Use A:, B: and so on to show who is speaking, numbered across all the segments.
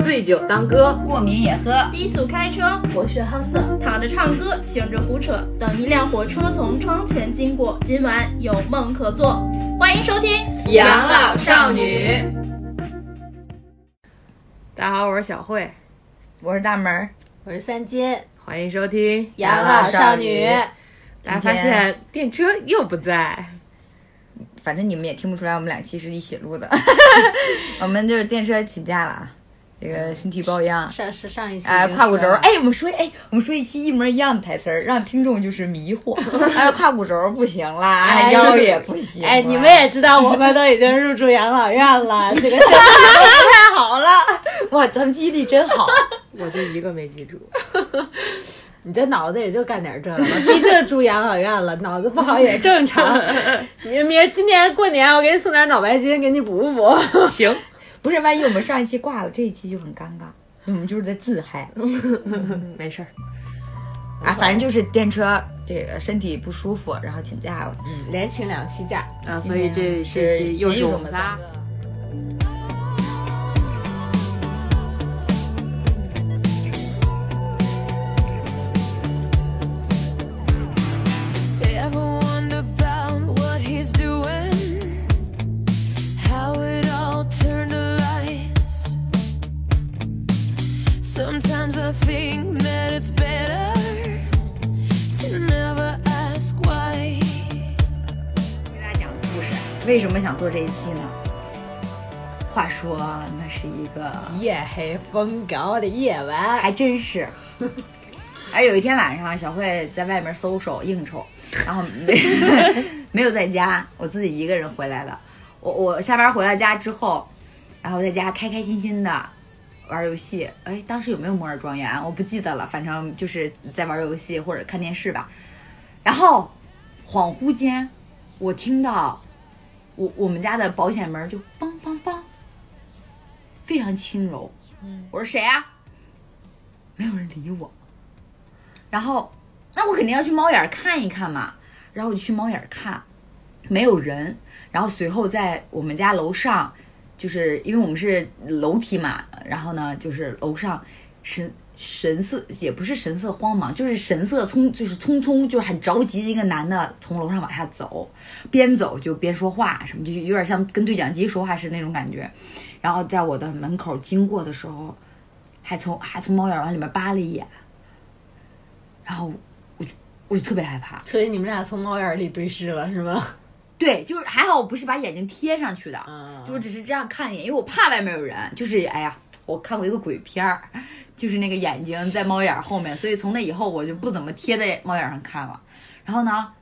A: 醉酒当歌，
B: 过敏也喝。
C: 低速开车，博学好色，躺着唱歌，醒着胡扯。等一辆火车从窗前经过，今晚有梦可做。欢迎收听《
A: 养老少女》。大家好，我是小慧，
B: 我是大门儿，
D: 我是三金，
A: 欢迎收听《
D: 养老少女》。
A: 大家发现电车又不在，
B: 反正你们也听不出来，我们俩其实一起录的。 我们就是电车请假了啊，这个身体抱恙。
D: 上是上一期
B: 哎，
D: 已经
B: 胯骨轴
D: 说
B: 儿，
D: 了
B: 哎，我们说，哎，我们说一期一模一样的台词儿，让听众就是迷惑。 哎，胯骨轴儿不行啦，
D: 哎
B: 腰也不行。
D: 哎，你们，也知道，我们都已经入住养老院 了，这个真的不太好了。
B: 哇，咱们记忆力真好。
A: 我就一个没记住。
D: 你这脑子也就干点这个了，毕竟住养老院了，脑子不好也正常。你明儿今年过年，我给你送点脑白金，给你补补。
A: 行，
B: 不是，万一我们上一期挂了，这一期就很尴尬。我们就是在自嗨
A: 没事儿。
B: 啊，反正就是电车这个身体不舒服，然后请假了。
D: 连请两期假，
A: 啊，所以这这
B: 是
A: 期又是我们仨。
B: 个。
E: They ever wonder about what he's doing? How it all turned to lies. Sometimes I think that it's better to never ask why.
B: 给大家讲个故事。为什么想做这一期呢？话说那是一个，
D: 夜黑风高的夜晚，
B: 还真是。 哎，有一天晚上，小慧在外面搜手应酬，然后没没有在家，我自己一个人回来的。我我下班回到家之后，然后在家开开心心的玩游戏。哎，当时有没有《摩尔庄园》？啊我不记得了，反正就是在玩游戏或者看电视吧。然后恍惚间，我听到我我们家的保险门就梆梆梆，非常轻柔。我说谁啊？没有人理我。然后，那我肯定要去猫眼儿看一看嘛。然后我就去猫眼儿看，没有人。然后随后在我们家楼上，就是因为我们是楼梯嘛，然后呢，就是楼上神神色也不是神色慌忙，就是神色匆就是匆匆，就是很着急的一个男的从楼上往下走，边走就边说话，什么就有点像跟对讲机说话是那种感觉。然后在我的门口经过的时候，还从还从猫眼往里面扒了一眼，然后我就我就特别害怕。
D: 所以你们俩从猫眼里对视了是吗？
B: 对，就是还好我不是把眼睛贴上去的，
D: 嗯
B: 就我只是这样看一眼，因为我怕外面有人。就是哎呀，我看过一个鬼片儿，就是那个眼睛在猫眼儿后面，所以从那以后我就不怎么贴在猫眼儿上看了。然后呢，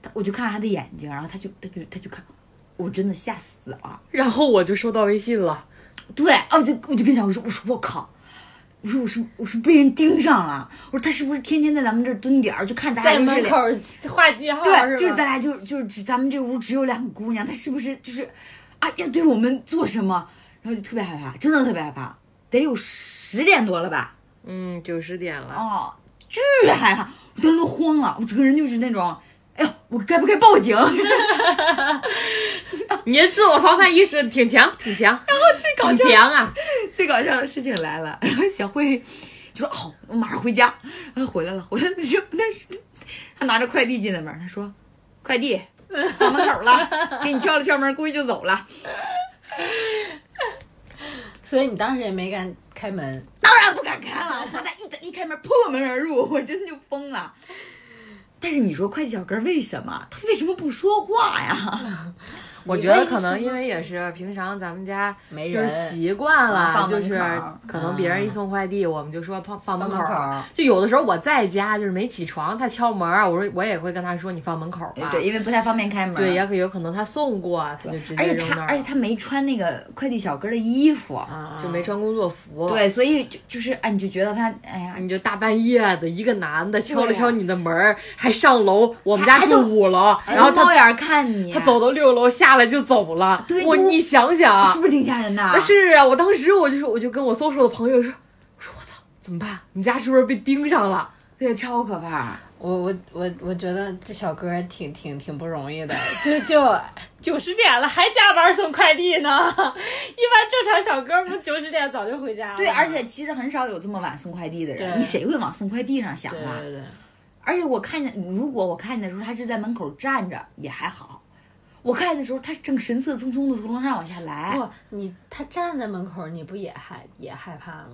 B: 他我就看他的眼睛，然后他就他就他就看，我真的吓死了。
A: 然后我就收到微信了，
B: 对，啊，我就我就跟小辉说，我说我靠，我说我是我是被人盯上了，我说他是不是天天在咱们这儿蹲点儿，就看咱俩就
D: 在
B: 是
D: 门
B: 俩
D: 口画记号
B: 对，就是
D: 吧
B: 咱俩就就是只咱们这屋只有两个姑娘，她是不是就是啊要对我们做什么？然后就特别害怕，真的特别害怕，得有十点多了吧？
A: 嗯，九十点了。
B: 哦，巨害怕，我当时都慌了，我整个人就是那种，哎呦，我该不该报警？
A: 你这自我防范意识挺强，挺强。然后最搞笑强啊！
B: 最搞笑的事情来了，然后小慧就说：“哦，我马上回家。”然后回来了，回来的时候，但是他拿着快递进的门，他说：“快递 放门口了，给你敲了敲门，估计就走了。
D: 所以你当时也没敢开门。”
B: 当然不敢开了，我怕他一打一开门破门而入，我真就疯了。但是你说快递小哥为什么他为什么不说话呀？
A: 我觉得可能因为也是平常咱们家
D: 没
A: 就是
D: 人
A: 习惯
B: 啊
A: 了，
B: 放
A: 就
B: 门
A: 是
B: 口
A: 可能别人一送快递，我们就说放放门
D: 放
A: 口
D: 门
A: 儿
D: 口。
A: 就有的时候我在家就是没起床，他敲门儿，我说我也会跟他说你放门口儿吧。
B: 哎对，因为不太方便开门。
A: 对，也可有可能他送过，他就直
B: 而
A: 接
B: 且
A: 扔
B: 哎他
A: 那儿啊
B: 而且
A: 了，
B: 他没穿那个快递小哥的衣服，
A: 就没穿工作服。，
B: 对，所以就就是哎，你就觉得他哎呀，
A: 你就大半夜的，一个男的敲了
B: 对呀
A: 敲你的门儿，还上楼，我们家
B: 还还
A: 住
B: 走
A: 五楼，
B: 还
A: 然后
B: 哎从猫
A: 他
B: 眼儿看你，
A: 他走到六楼下来就走了。
B: 对
A: 我
B: 就
A: 你想想，
B: 是不是挺吓人的？
A: 啊，是啊，我当时我就说，我就跟我搜索的朋友说，我说我操，怎么办？我们家是不是被盯上了？
B: 对，超可怕。
A: 啊
D: 我我我我觉得这小哥儿挺挺挺不容易的，就就九十点了还加班送快递呢，一般正常小哥不九十点早就回家了。
B: 对，而且其实很少有这么晚送快递的人，
D: 对
B: 你谁会往送快递上想
D: 对
B: 啊？
D: 对对，
B: 而且我看见，如果我看见的时候他是在门口站着也还好，我看见的时候他正神色匆匆的从楼上往下来，
D: 不，你他站在门口，你不也害也害怕吗？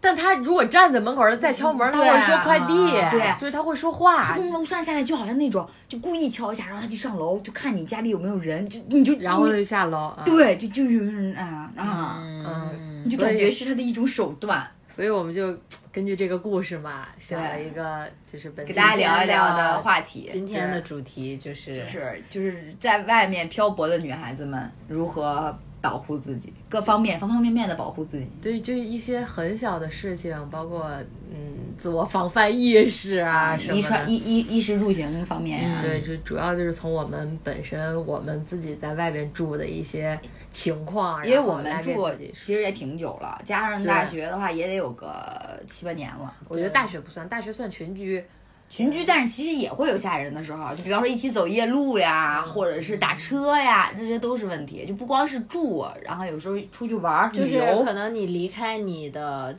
A: 但他如果站在门口，他再敲门，他
B: 对
A: 会说快递，
B: 对
A: 就是他会说话
B: 他，从楼上下来就好像那种就故意敲一下，然后他就上楼就看你家里有没有人，就你就
A: 然后
B: 你
A: 就下楼。啊，
B: 对就就是啊啊，
A: 嗯，
B: 你就感觉是他的一种手段。
A: 所以我们就根据这个故事嘛，想了一个就是本
B: 给
A: 期
B: 大家聊一聊的话题
D: 今天的主题就是
B: 就是就是在外面漂泊的女孩子们如何保护自己，各方面方方面面的保护自己。
A: 对，就一些很小的事情，包括嗯自我防范意识啊什
B: 衣
A: 么的
B: 穿。衣衣衣食住行方面啊呀、
A: 对，就主要就是从我们本身，我们自己在外边住的一些情况，
B: 因为
A: 然后
B: 我们
A: 来给
B: 住
A: 自己
B: 其实也挺久了，加上
A: 对
B: 大学的话也得有个七八年了。
A: 我觉得大学不算，大学算群居，
B: 群居，但是其实也会有吓人的时候，啊就比方说一起走夜路呀，
D: 嗯
B: 或者是打车呀，这些都是问题。就不光是住，啊然后有时候出去玩儿、
D: 就是
B: 旅游
D: 可能你离开你的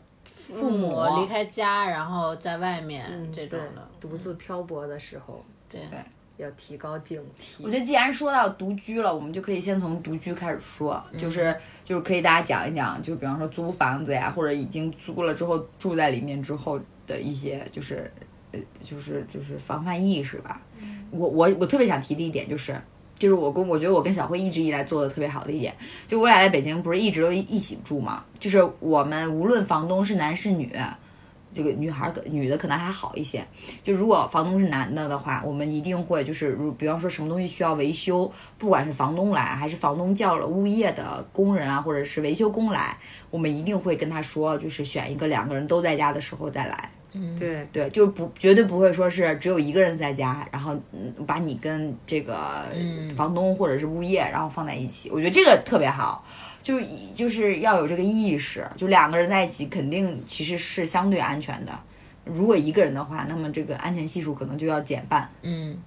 D: 父
B: 母嗯
D: 离开家，然后在外面、这种
A: 嗯对
D: 的，，
A: 独自漂泊的时候
D: 对
B: 对
A: 要提高警
B: 我
A: 惕。
B: 觉得既然说到独居了，我们就可以先从独居开始说，就是就是可以大家讲一讲，就是比方说租房子呀，或者已经租了之后住在里面之后的一些就是呃就是就是防范意识吧。我我我特别想提的一点就是。就是我跟我觉得我跟小慧一直以来做的特别好的一点，就我俩在北京不是一直都一一起住嘛，就是我们无论房东是男是女，这个女孩儿可女的可能还好一些，就如果房东是男的的话，我们一定会就是，如比方说什么东西需要维修，不管是房东来还是房东叫了物业的工人啊，或者是维修工来，我们一定会跟他说，就是选一个两个人都在家的时候再来。
A: 对，
B: 对，就是不绝对不会说是只有一个人在家，然后嗯把你跟这个房东或者是物业，然后放在一起，我觉得这个特别好，就是一就是要有这个意识，就两个人在一起肯定其实是相对安全的，如果一个人的话，那么这个安全系数可能就要减半。
A: 嗯，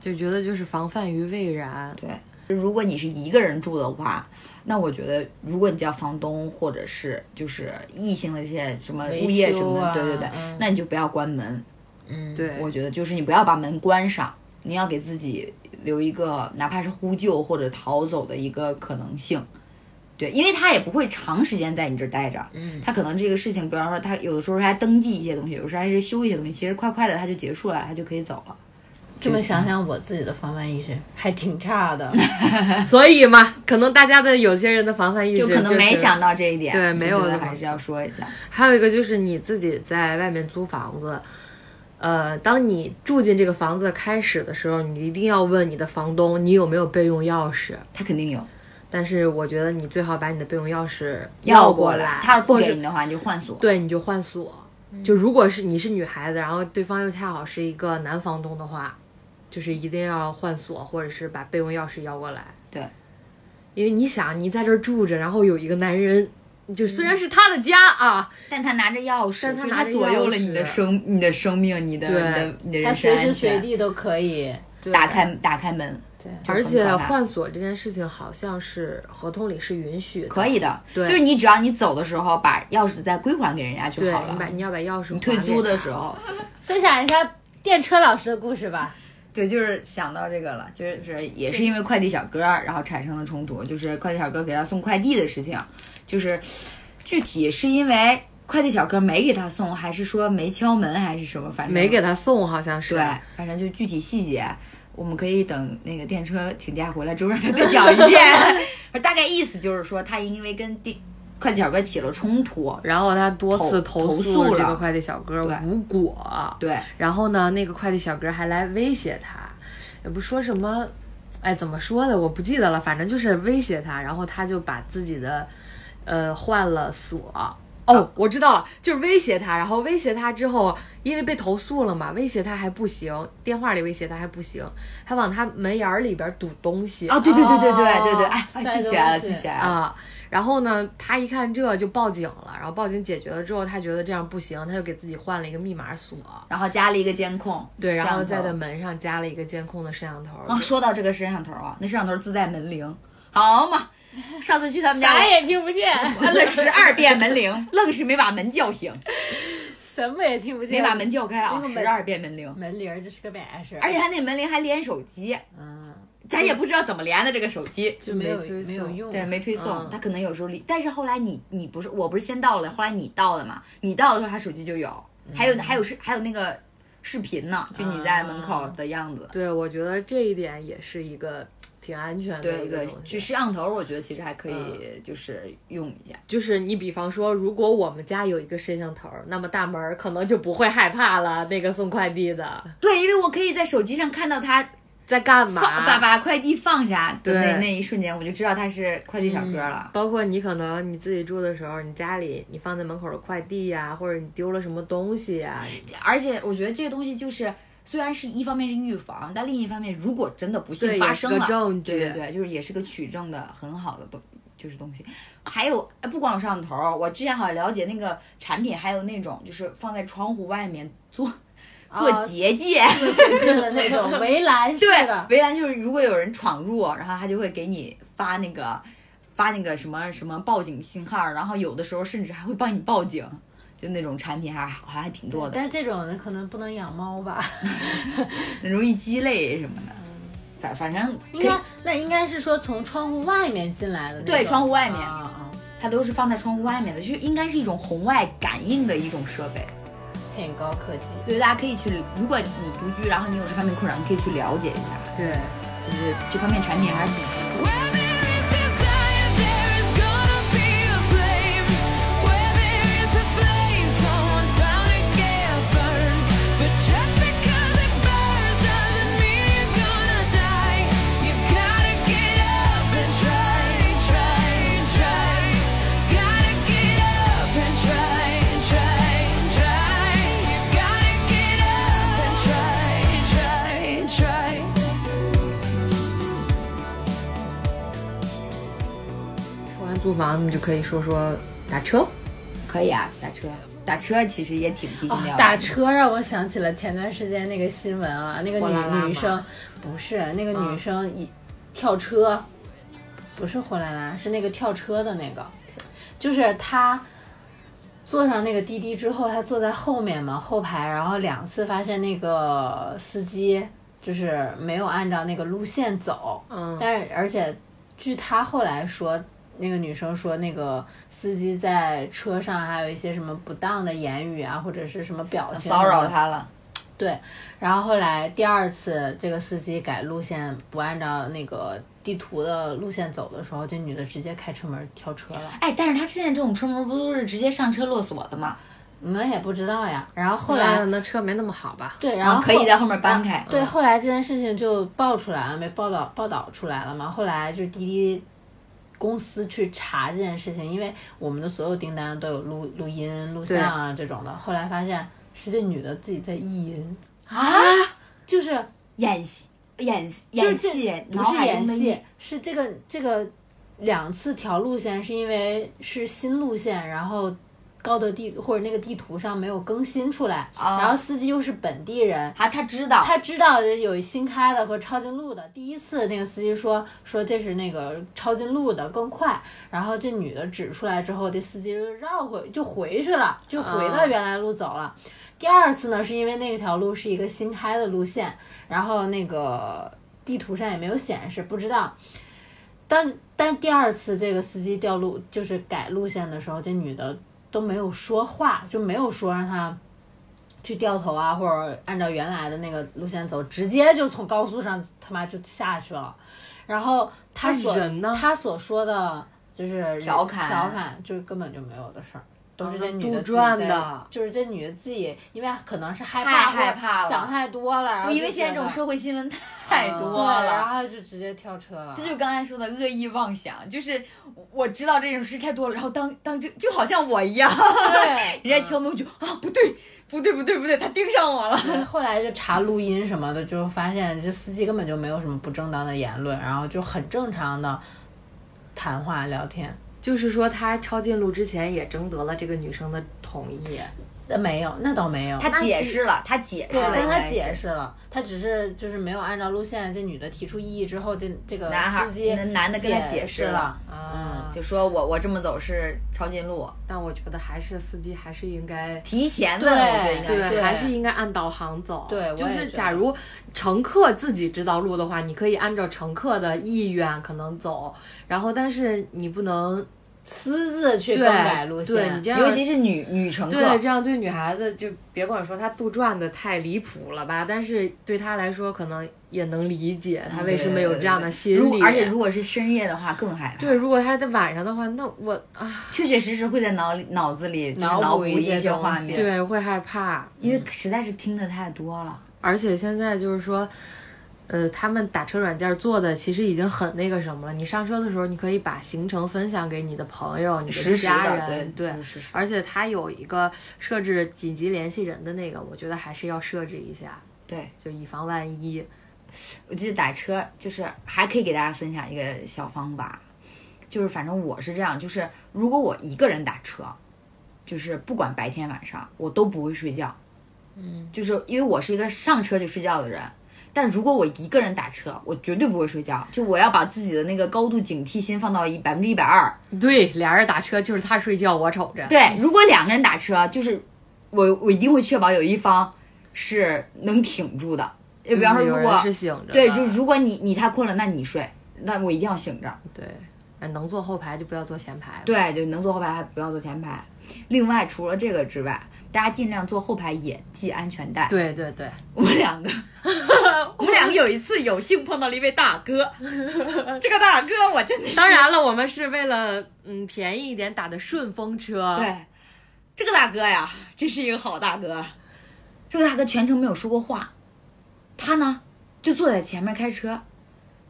A: 就觉得就是防范于未然。
B: 对，如果你是一个人住的话，那我觉得如果你叫房东或者是就是异性的这些什么
D: 维
B: 物业什么
D: 修
B: 的，
D: 啊
B: 对对对，
D: 嗯
B: 那你就不要关门，
A: 对，
B: 我觉得就是你不要把门关上，你要给自己留一个哪怕是呼救或者逃走的一个可能性。对，因为他也不会长时间在你这儿待着，嗯，他可能这个事情，比方说他有的时候还登记一些东西，有时候还是修一些东西，其实快快的他就结束了，他就可以走了。
D: 这么想想，我自己的防范意识还挺 差的。
A: 所以嘛，可能大家的有些人的防范意识
B: 就可能没
A: 是
B: 想到这一点，
A: 对
B: 我
A: 没
B: 觉
A: 有
B: 得
A: 那么
B: 还是要说一下。
A: 还有一个就是你自己在外面租房子，呃，当你住进这个房子开始的时候，你一定要问你的房东你有没有备用钥匙。
B: 他肯定有
A: 但是我觉得你最好把你的备用钥匙
B: 要
A: 过
B: 过来，嗯他要是不
A: 或
B: 给嗯
A: 者
B: 你的话，你就换锁。
A: 对你就换锁。就如果是你是女孩子，然后对方又恰好是一个男房东的话，就是一定要换锁，或者是把备用钥匙要过来。
B: 对，
A: 因为你想你在这儿住着，然后有一个男人，就虽
B: 嗯
A: 然是他的家啊，
B: 但他拿着钥匙，
A: 但他
B: 就是
A: 拿着
B: 左右了
A: 钥匙
B: 你的生、你的生命、你的、你
A: 对
B: 的、你的
D: 他
B: 人身
D: 随
B: 安
D: 时随
B: 全。
D: 地都可以，
A: 对
B: 打开打开门，
D: 对，
B: 就
A: 而
B: 很
A: 且
B: 可怕
A: 换锁这件事情好像是合同里是允许的，
B: 可以的，
A: 对
B: 就是你只要你走的时候把钥匙再归还给人家就
A: 对，
B: 好
A: 你把
B: 了。
A: 你要把钥匙还
B: 退
A: 给
B: 租的
A: 他
B: 时候，
D: 分享一下电车老师的故事吧。
B: 对，就是想到这个了，就是也是因为快递小哥，然后产生了冲突，就是快递小哥给他送快递的事情，就是具体是因为快递小哥没给他送，还是说没敲门，还是什么，反正
A: 没给他送，好像是
B: 对，反正就具体细节，我们可以等那个电车请假回来之后让他再讲 一遍。大概意思就是说，他因为跟电快递小哥起了冲突，
A: 然后他多次
B: 投投
A: 诉
B: 诉
A: 这
B: 了
A: 个快递小哥
B: 对
A: 无果，啊
B: 对，
A: 然后呢，那个快递小哥还来威胁他，也不说什么，哎，怎么说的我不记得了，反正就是威胁他，然后他就把自己的，呃，换了锁。哦，我知道了，就是威胁他，然后威胁他之后，因为被投诉了嘛，威胁他还不行，电话里威胁他还不行，还往他门眼儿里边堵东西
B: 啊，对对对对对对对，哎，
D: 塞
B: 哎记起来了，
D: 东
B: 记
D: 西
B: 起来了，
A: 啊，然后呢，他一看这就报警了，然后报警解决了之后，他觉得这样不行，他就给自己换了一个密码锁，
B: 然后加了一个监控，
A: 对，然后
B: 摄
A: 在
B: 像头哦
A: 他门上加了一个监控的摄像头，
B: 啊，说到这个摄像头啊，那摄像头自带门铃，好嘛，上次去他们家，
D: 啥
B: 我
D: 也听不见，
B: 摁了十二遍门铃，愣是没把门叫醒，
D: 什么也听不见，
B: 没把门叫开啊
D: 那，个门嗯
B: 十二遍门铃，
D: 门铃儿这是个摆设，
B: 而且他那门铃还连手机，
D: 嗯，
B: 咱也不知道怎么连的这个手机。
A: 就
D: 没有
A: 推
D: 没有
A: 送
D: 用，
B: 对， 没推送，
A: 嗯
B: 他可能有时候离，但是后来你你不是我不是先到了，后来你到的嘛，你到的时候他手机就有，还有、还有是还有那个视频呢，就你在门口的样子，
A: 对，我觉得这一点也是一个挺安全的
B: 对
A: 一个
B: 对
A: 东，西
B: 就。摄像头我觉得其实还可以，就是用一下，
A: 就是你比方说，如果我们家有一个摄像头，那么大门儿可能就不会害怕了。那个送快递的
B: 对，因为我可以在手机上看到他
A: 在干嘛？
B: 放把把快递放下的那
A: 啊对
B: 那一瞬间，我就知道他是快递小哥了。
A: 包括你可能你自己住的时候，你家里你放在门口的快递呀、或者你丢了什么东西呀、
B: 而且我觉得这个东西就是，虽然是一方面是预防，但另一方面，如果真的不幸
A: 对
B: 发
A: 也是
B: 生
A: 个
B: 了，
A: 证据
B: 对对对，就是也是个取证的很好的东，就是东西。还有哎不光有摄像头，我之前好像了解那个产品，还有那种就是放在窗户外面做
A: 啊
B: 做结界，
D: 的那种围栏式
B: 对
D: 的，，
B: 围栏就是如果有人闯入，然后他就会给你发那个发那个什么什么报警信号，然后有的时候甚至还会帮你报警，就那种产品还好像还挺多的，
D: 但这种的可能不能养猫吧？
B: 很容易鸡肋什么的。反反正
D: 嗯应
B: 可以
D: 该那应该是说从窗户外面进来的那种，
B: 对窗户外面
D: 啊啊
B: 它都是放在窗户外面的，就是应该是一种红外感应的一种设备。
D: 很高科技。
B: 所以大家可以去，如果你独居，然后你有这方面困扰，你可以去了解一下，
A: 对，
B: 就是这方面产品还是挺多的。
E: Where there is desire, there is gonna be a flame. Where there is a flame, someone's bound to get burned. But just because it burns doesn't mean you're gonna die. You gotta get up and try, try, try. Gotta get up and try, try, try. You gotta get up and try, try, try.
A: 说完租房，你就可以说说打车。
B: 可以啊，打车，打车其实也挺提心吊胆、
D: 哦打。车让我想起了前段时间那个新闻啊，那个
A: 货
D: 女
A: 拉拉吗
D: 女生不是那个女
A: 嗯
D: 生一、跳车，不是货拉拉，是那个跳车的那个，就是她坐上那个滴滴之后，她坐在后面嘛后排，然后两次发现那个司机就是没有按照那个路线走，
A: 嗯
D: 但是而且据她后来说，那个女生说，那个司机在车上还有一些什么不当的言语啊，或者是什么表情
B: 骚扰
D: 什么的。
B: 他了，
D: 对，然后后来第二次这个司机改路线，不按照那个地图的路线走的时候，这女的直接开车门跳车了。
B: 哎，但是他现在这种车门不都是直接上车落锁的吗？
D: 你们也不知道呀。然后后
A: 后
D: 来
B: 嗯
A: 来啊那车没那么好吧？
D: 对，
B: 然
D: 然
B: 后
D: 后
B: 啊可以在后面搬开嗯
D: 啊对，后来这件事情就爆出来了，没报道报道出来了嘛。后来就滴滴公司去查这件事情，因为我们的所有订单都有录录音、录像啊这种的。后来发现是这女的自己在意淫，
B: 啊，
D: 就是
B: 演戏，演戏
D: 就
B: 演
D: 是这
B: 戏，
D: 不
B: 脑
D: 是
B: 海
D: 演
B: 中的
D: 戏
B: 意，
D: 是这个这个两次调路线是因为是新路线，然后。高德地或者那个地图上没有更新出来，
B: 啊
D: 然后司机又是本地人，
B: 啊，他知道，
D: 他知道有新开的和抄近路的。第一次那个司机说说这是那个抄近路的更快，然后这女的指出来之后，这司机就绕回就回去了，就回到原来路走了。第二次呢，是因为那条路是一个新开的路线，然后那个地图上也没有显示，不知道。但但第二次这个司机调路就是改路线的时候，这女的都没有说话，就没有说让他去掉头啊，或者按照原来的那个路线走，直接就从高速上他妈就下去了。然后他
A: 那
D: 所
A: 人呢
D: 他所说的就是
B: 调侃
D: 调侃就是根本就没有的事儿。都是这女的
A: 哦杜
D: 自己在
A: 撰的
D: 就是这女的自己，因为可能是害
B: 太
D: 怕，
B: 害怕了
D: 想太多了，然后
B: 就因为现在这种
D: 觉得
B: 社会新闻太
D: 嗯
B: 多
D: 对然
B: 了。
D: 后就直接跳车了。
B: 这就是刚才说的恶意妄想，就是我知道这种事太多了，然后当当这就好像我一样，
D: 对，
B: 人家敲门我就啊不对不对不对不对，他盯上我了。
D: 后来就查录音什么的，就发现这司机根本就没有什么不正当的言论，然后就很正常的谈话聊天。
A: 就是说他抄近路之前也征得了这个女生的同意。啊
D: 那呃没有，那倒没 有。
B: 他解释了，他解释
D: 对，
B: 了，
D: 但
B: 应
D: 他
B: 该是
D: 解释了，他只是就是没有按照路线，这女的提出异议之后，这这个
B: 男孩
D: 司机
B: 那男的跟他解释了
D: 嗯，
B: 就说我我这么走是抄近路，
A: 但我觉得还是司机还是应该。
B: 提前
D: 对
B: 问我觉得应该
A: 对，
B: 是。
A: 还是应该按导航走。
D: 对我
A: 就
D: 也
A: 是
D: 觉得
A: 假如乘客自己知道路的话，你可以按照乘客的意愿可能走，然后但是你不能
D: 私自去
A: 对
D: 更改路
A: 对
D: 线
A: 你这。样，
B: 尤其是女女乘客，
A: 对这样对女孩子就别管说她杜撰的太离谱了吧，但是对她来说可能也能理解
B: 嗯
A: 她为什么有这样的心
B: 如
A: 理。
B: 而且如果是深夜的话更害怕。
A: 对，如果她是在晚上的话，那我啊，
B: 确确实实会在脑里脑子里就是
D: 脑补
B: 脑补
D: 一些
B: 些
D: 东
B: 画
D: 西
B: 面，
A: 对，会害怕。
B: 因为实在是听的太多了。
A: 而且现在就是说，呃，他们打车软件做的其实已经很那个什么了。你上车的时候，你可以把行程分享给你的朋友、你
B: 实时
A: 家
B: 的，
A: 人，
B: 对
A: 对。而且它有一个设置紧急联系人的那个，我觉得还是要设置一下，
B: 对，
A: 就以防万一。
B: 我记得打车就是还可以给大家分享一个小方法，就是反正我是这样，就是如果我一个人打车，就是不管白天晚上，我都不会睡觉。嗯，就是因为我是一个上车就睡觉的人，但如果我一个人打车，我绝对不会睡觉。就我要把自己的那个高度警惕心放到一百分之一百二。
D: 嗯
A: 对，俩人打车就是他睡觉，我瞅着。
B: 对，如果两个人打车，就是我我一定会确保有一方是能挺住的。就
A: 就
B: 比方说，
A: 是
B: 如
A: 有
B: 果
A: 人是醒着的，
B: 对，就如果你你太困了，那你睡，那我一定要醒着。
A: 对，哎能坐后排就不要坐前排。，
B: 对，就能坐后排还不要坐前排。另外，除了这个之外，大家尽量坐后排也系安全带。
A: 对对对，
B: 我们两 个，我们两个有一次有幸碰到了一位大 哥，这个大哥我真的是
A: 当然了，我们是为了嗯便宜一点打的顺风车。
B: 对，这个大哥呀，真是一个好大哥。这个大哥全程没有说过话，他呢就坐在前面开车，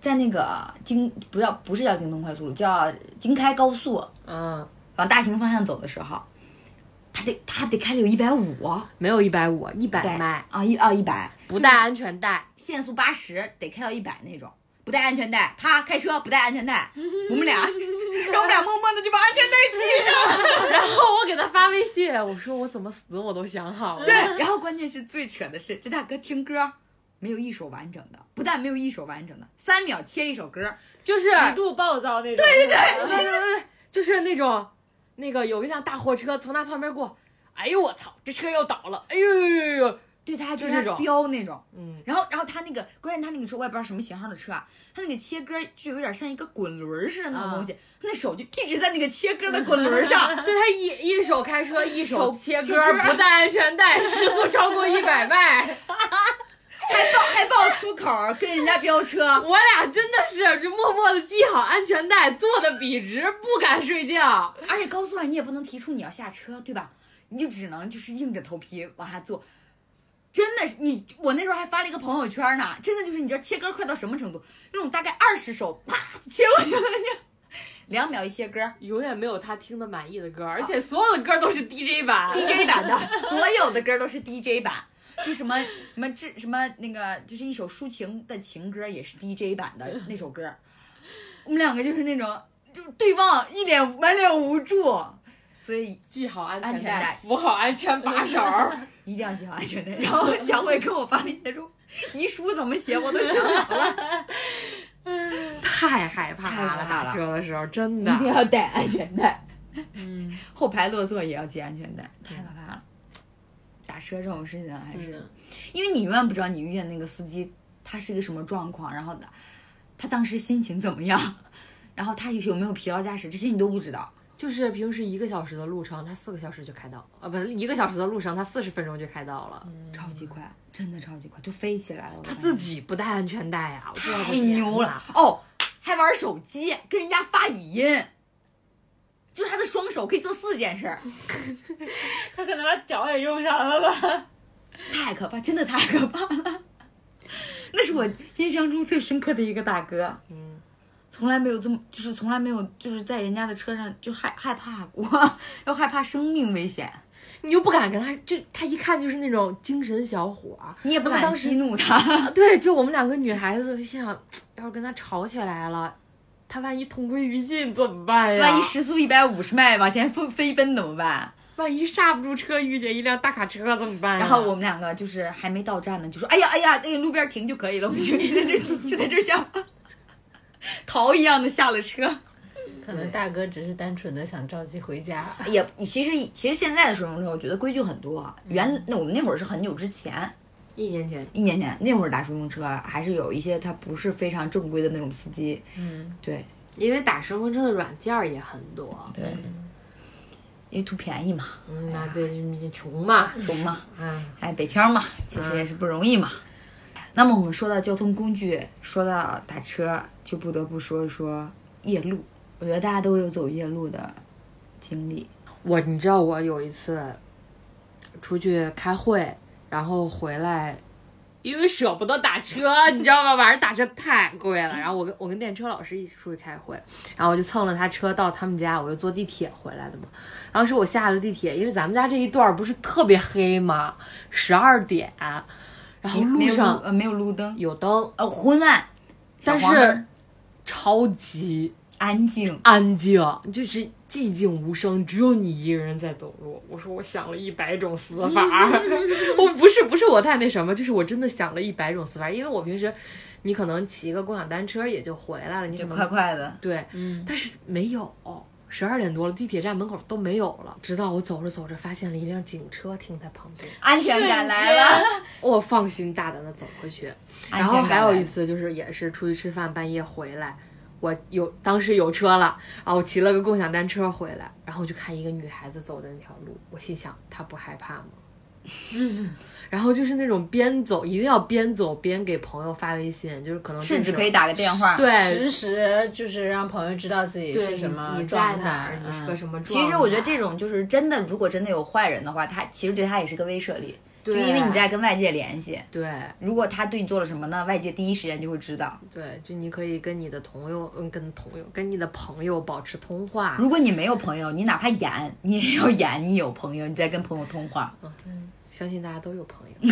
B: 在那个京不叫不是叫京东快速路，叫京开高速
A: 嗯，
B: 往大兴方向走的时候，他得他得开了有一百五，
A: 没有一百五，一百
B: 对
A: 迈，
B: 啊一啊一百，
A: 不带安全带。
B: 限速八十得开到一百那种，不带安全带，他开车不带安全带，我们俩，然后我们俩默默的就把安全带系上了。
A: 然后 我给他发微信，我说我怎么死我都想好了。
B: 对，然后关键是最扯的是，这大哥听歌没有一首完整的，不但没有一首完整的，三秒切一首歌，
A: 就是
F: 极度暴躁那种。对对对，
A: 对对对，对就是那种那个有一辆大货车从他旁边过，哎呦我操，这车要倒了，哎呦呦呦呦，
B: 对他
A: 就
B: 对
A: 这
B: 他
A: 种
B: 飙那种。
A: 嗯，
B: 然后，然后他那个，关键他那个车我也不知道什么型号的车啊，他那个切歌就有点像一个滚轮似的那种东西，
A: 嗯
B: 他那手就一直在那个切歌的滚 轮上，
A: 对他一一手开车，一嗯手切
B: 切
A: 歌
B: 歌，
A: 不带安全带， 时速超过一百 迈，
B: 还报还报出口儿跟人家飙车，
A: 我俩真的是就默默的系好安全带，坐的笔直，不敢睡觉。
B: 而且高速上你也不能提出你要下车，对吧？你就只能就是硬着头皮往下坐。真的是你，我那时候还发了一个朋友圈呢，真的就是你知道切歌快到什么程度？那种大概二十首，啪切过去了就，两秒一切歌
A: 永远没有他听的满意的歌，而且所有的歌都是 DJ 版。
B: ，DJ 版的，所有的歌都是 DJ 版，就什么什么这什么那个，就是一首抒情的情歌，也是 DJ 版的那首歌。我们两个就是那种，就是对望一脸满脸无助，所以
A: 系好安
B: 安全带
A: 扶好安全把手。
B: 一定要系好安全带。然后小慧跟我发了一些说，遗书怎么写我都想好了，
A: 太害怕
B: 太害
A: 了，
B: 怕了
A: 打车的时候真
B: 一
A: 的
B: 定要带安全带。嗯，后排落座也要系安全带，太可怕了。打车这种事情还是，
D: 嗯
B: 因为你永远不知道你遇见那个司机他是个什么状况，然后他当时心情怎么样， 然后他有没有疲劳驾驶，这些你都不知道。
A: 就是平时一个小时的路程，他四个小时就开到，啊，不是一个小时的路程，他四十分钟就开到了。
B: 超级快，真的超级快，就飞起来了。
A: 他
B: 我
A: 自己不带安全带啊呀、我真的
B: 太
A: 天
B: 牛了
A: 哪！
B: 哦，还玩手机，跟人家发语音，就是他的双手可以做四件事儿，
F: 他可能把脚也用上了吧？
B: 太可怕，真的太可怕了。那是我印象中最深刻的一个大哥，
A: 嗯，
B: 从来没有这么，就是从来没有，就是在人家的车上就害害怕过， 要害怕生命危险，
A: 你又不敢跟他，就他一看就是那种精神小伙 儿。
B: 你也不
A: 那么
B: 敢
A: 当时
B: 激怒他。
A: 啊对，就我们两个女孩子，就心想，要是跟他吵起来了，他万一同归于尽怎么办呀？
B: 万一时速一百五十迈往前飞飞奔怎么办？
A: 万一刹不住车，遇见一辆大卡车怎么办呀？啊
B: 然后我们两个就是还没到站呢，就说：“哎呀哎呀，那个路边停就可 以了，我们就在这儿停，就在这儿下吧。”逃一样的下了车，
D: 可能大哥只是单纯的想着急回家。
B: 也其实其实现在的水中车，我觉得规矩很多啊。原那我们那会儿是很久之前，
A: 一年前，
B: 一年前那会儿打顺风车，还是有一些他不是非常正规的那种司机。
D: 嗯，
B: 对
A: 因为打顺风车的软件儿也很多，
B: 对，因为图便宜嘛，
A: 嗯，那对，就是你穷嘛，
B: 穷嘛，
A: 嗯，
B: 哎，北漂嘛，其实也是不容易嘛。那么我们说到交通工具，说到打车，就不得不说一说夜路。我觉得大家都有走夜路的经历，
A: 我你知道我有一次出去开会，然后回来，因为舍不得打车，你知道吗？晚上打车太贵了。然后我跟我跟电车老师一起出去开会，然后我就蹭了他车到他们家，我就坐地铁回来的嘛。当时我下了地铁，因为咱们家这一段儿不是特别黑嘛，十二点，然后哦路
B: 没有
A: 上
B: 呃没有路灯，
A: 有灯，
B: 呃昏暗，
A: 但
B: 小黄灯
A: 是超级
B: 安静。
A: 安静，就是寂静无声，只有你一个人在走路。我说我想了一百种死法儿， 我不是不是我太那什么，就是我真的想了一百种死法儿，因为我平时，你可能骑个共享单车也就回来了，你可
B: 就
A: 能
B: 快快的，
A: 对，
D: 嗯，
A: 但是没有，十二点多了，地铁站门口都没有了。直到我走着走着，发现了一辆警车停在旁边，
B: 安全感来了。
A: 我放心大胆的走回去。然
B: 安
A: 后
B: 全
A: 还
B: 感
A: 有
B: 来
A: 一
B: 了
A: 次就是也是出去吃饭，半夜回来，我有当时有车了，然后我骑了个共享单车回来，然后我就看一个女孩子走的那条路，我心想她不害怕吗？
B: 嗯
A: 然后就是那种边走一定要边走边给朋友发微信，就是可能
B: 甚
A: 这
B: 至
A: 是
B: 可以打个电话。
A: 对
D: 实时就是让朋友知道自己
A: 哎对
D: 是什么
A: 你在
D: 状
A: 哪儿
D: 态，，嗯
A: 你是个什么状态？
B: 嗯其实我觉得这种就是真的，如果真的有坏人的话，他其实对他也是个威慑力，就
A: 对
B: 因为你在跟外界联系。
A: 对
B: 如果他对你做了什么呢，外界第一时间就会知道。
A: 对，就你可以跟你的朋友，嗯，跟朋友跟你的朋友保持通话。
B: 如果你没有朋友，你哪怕演，你也要演你有朋友，你再跟朋友通话。
A: 相信大家都有朋友。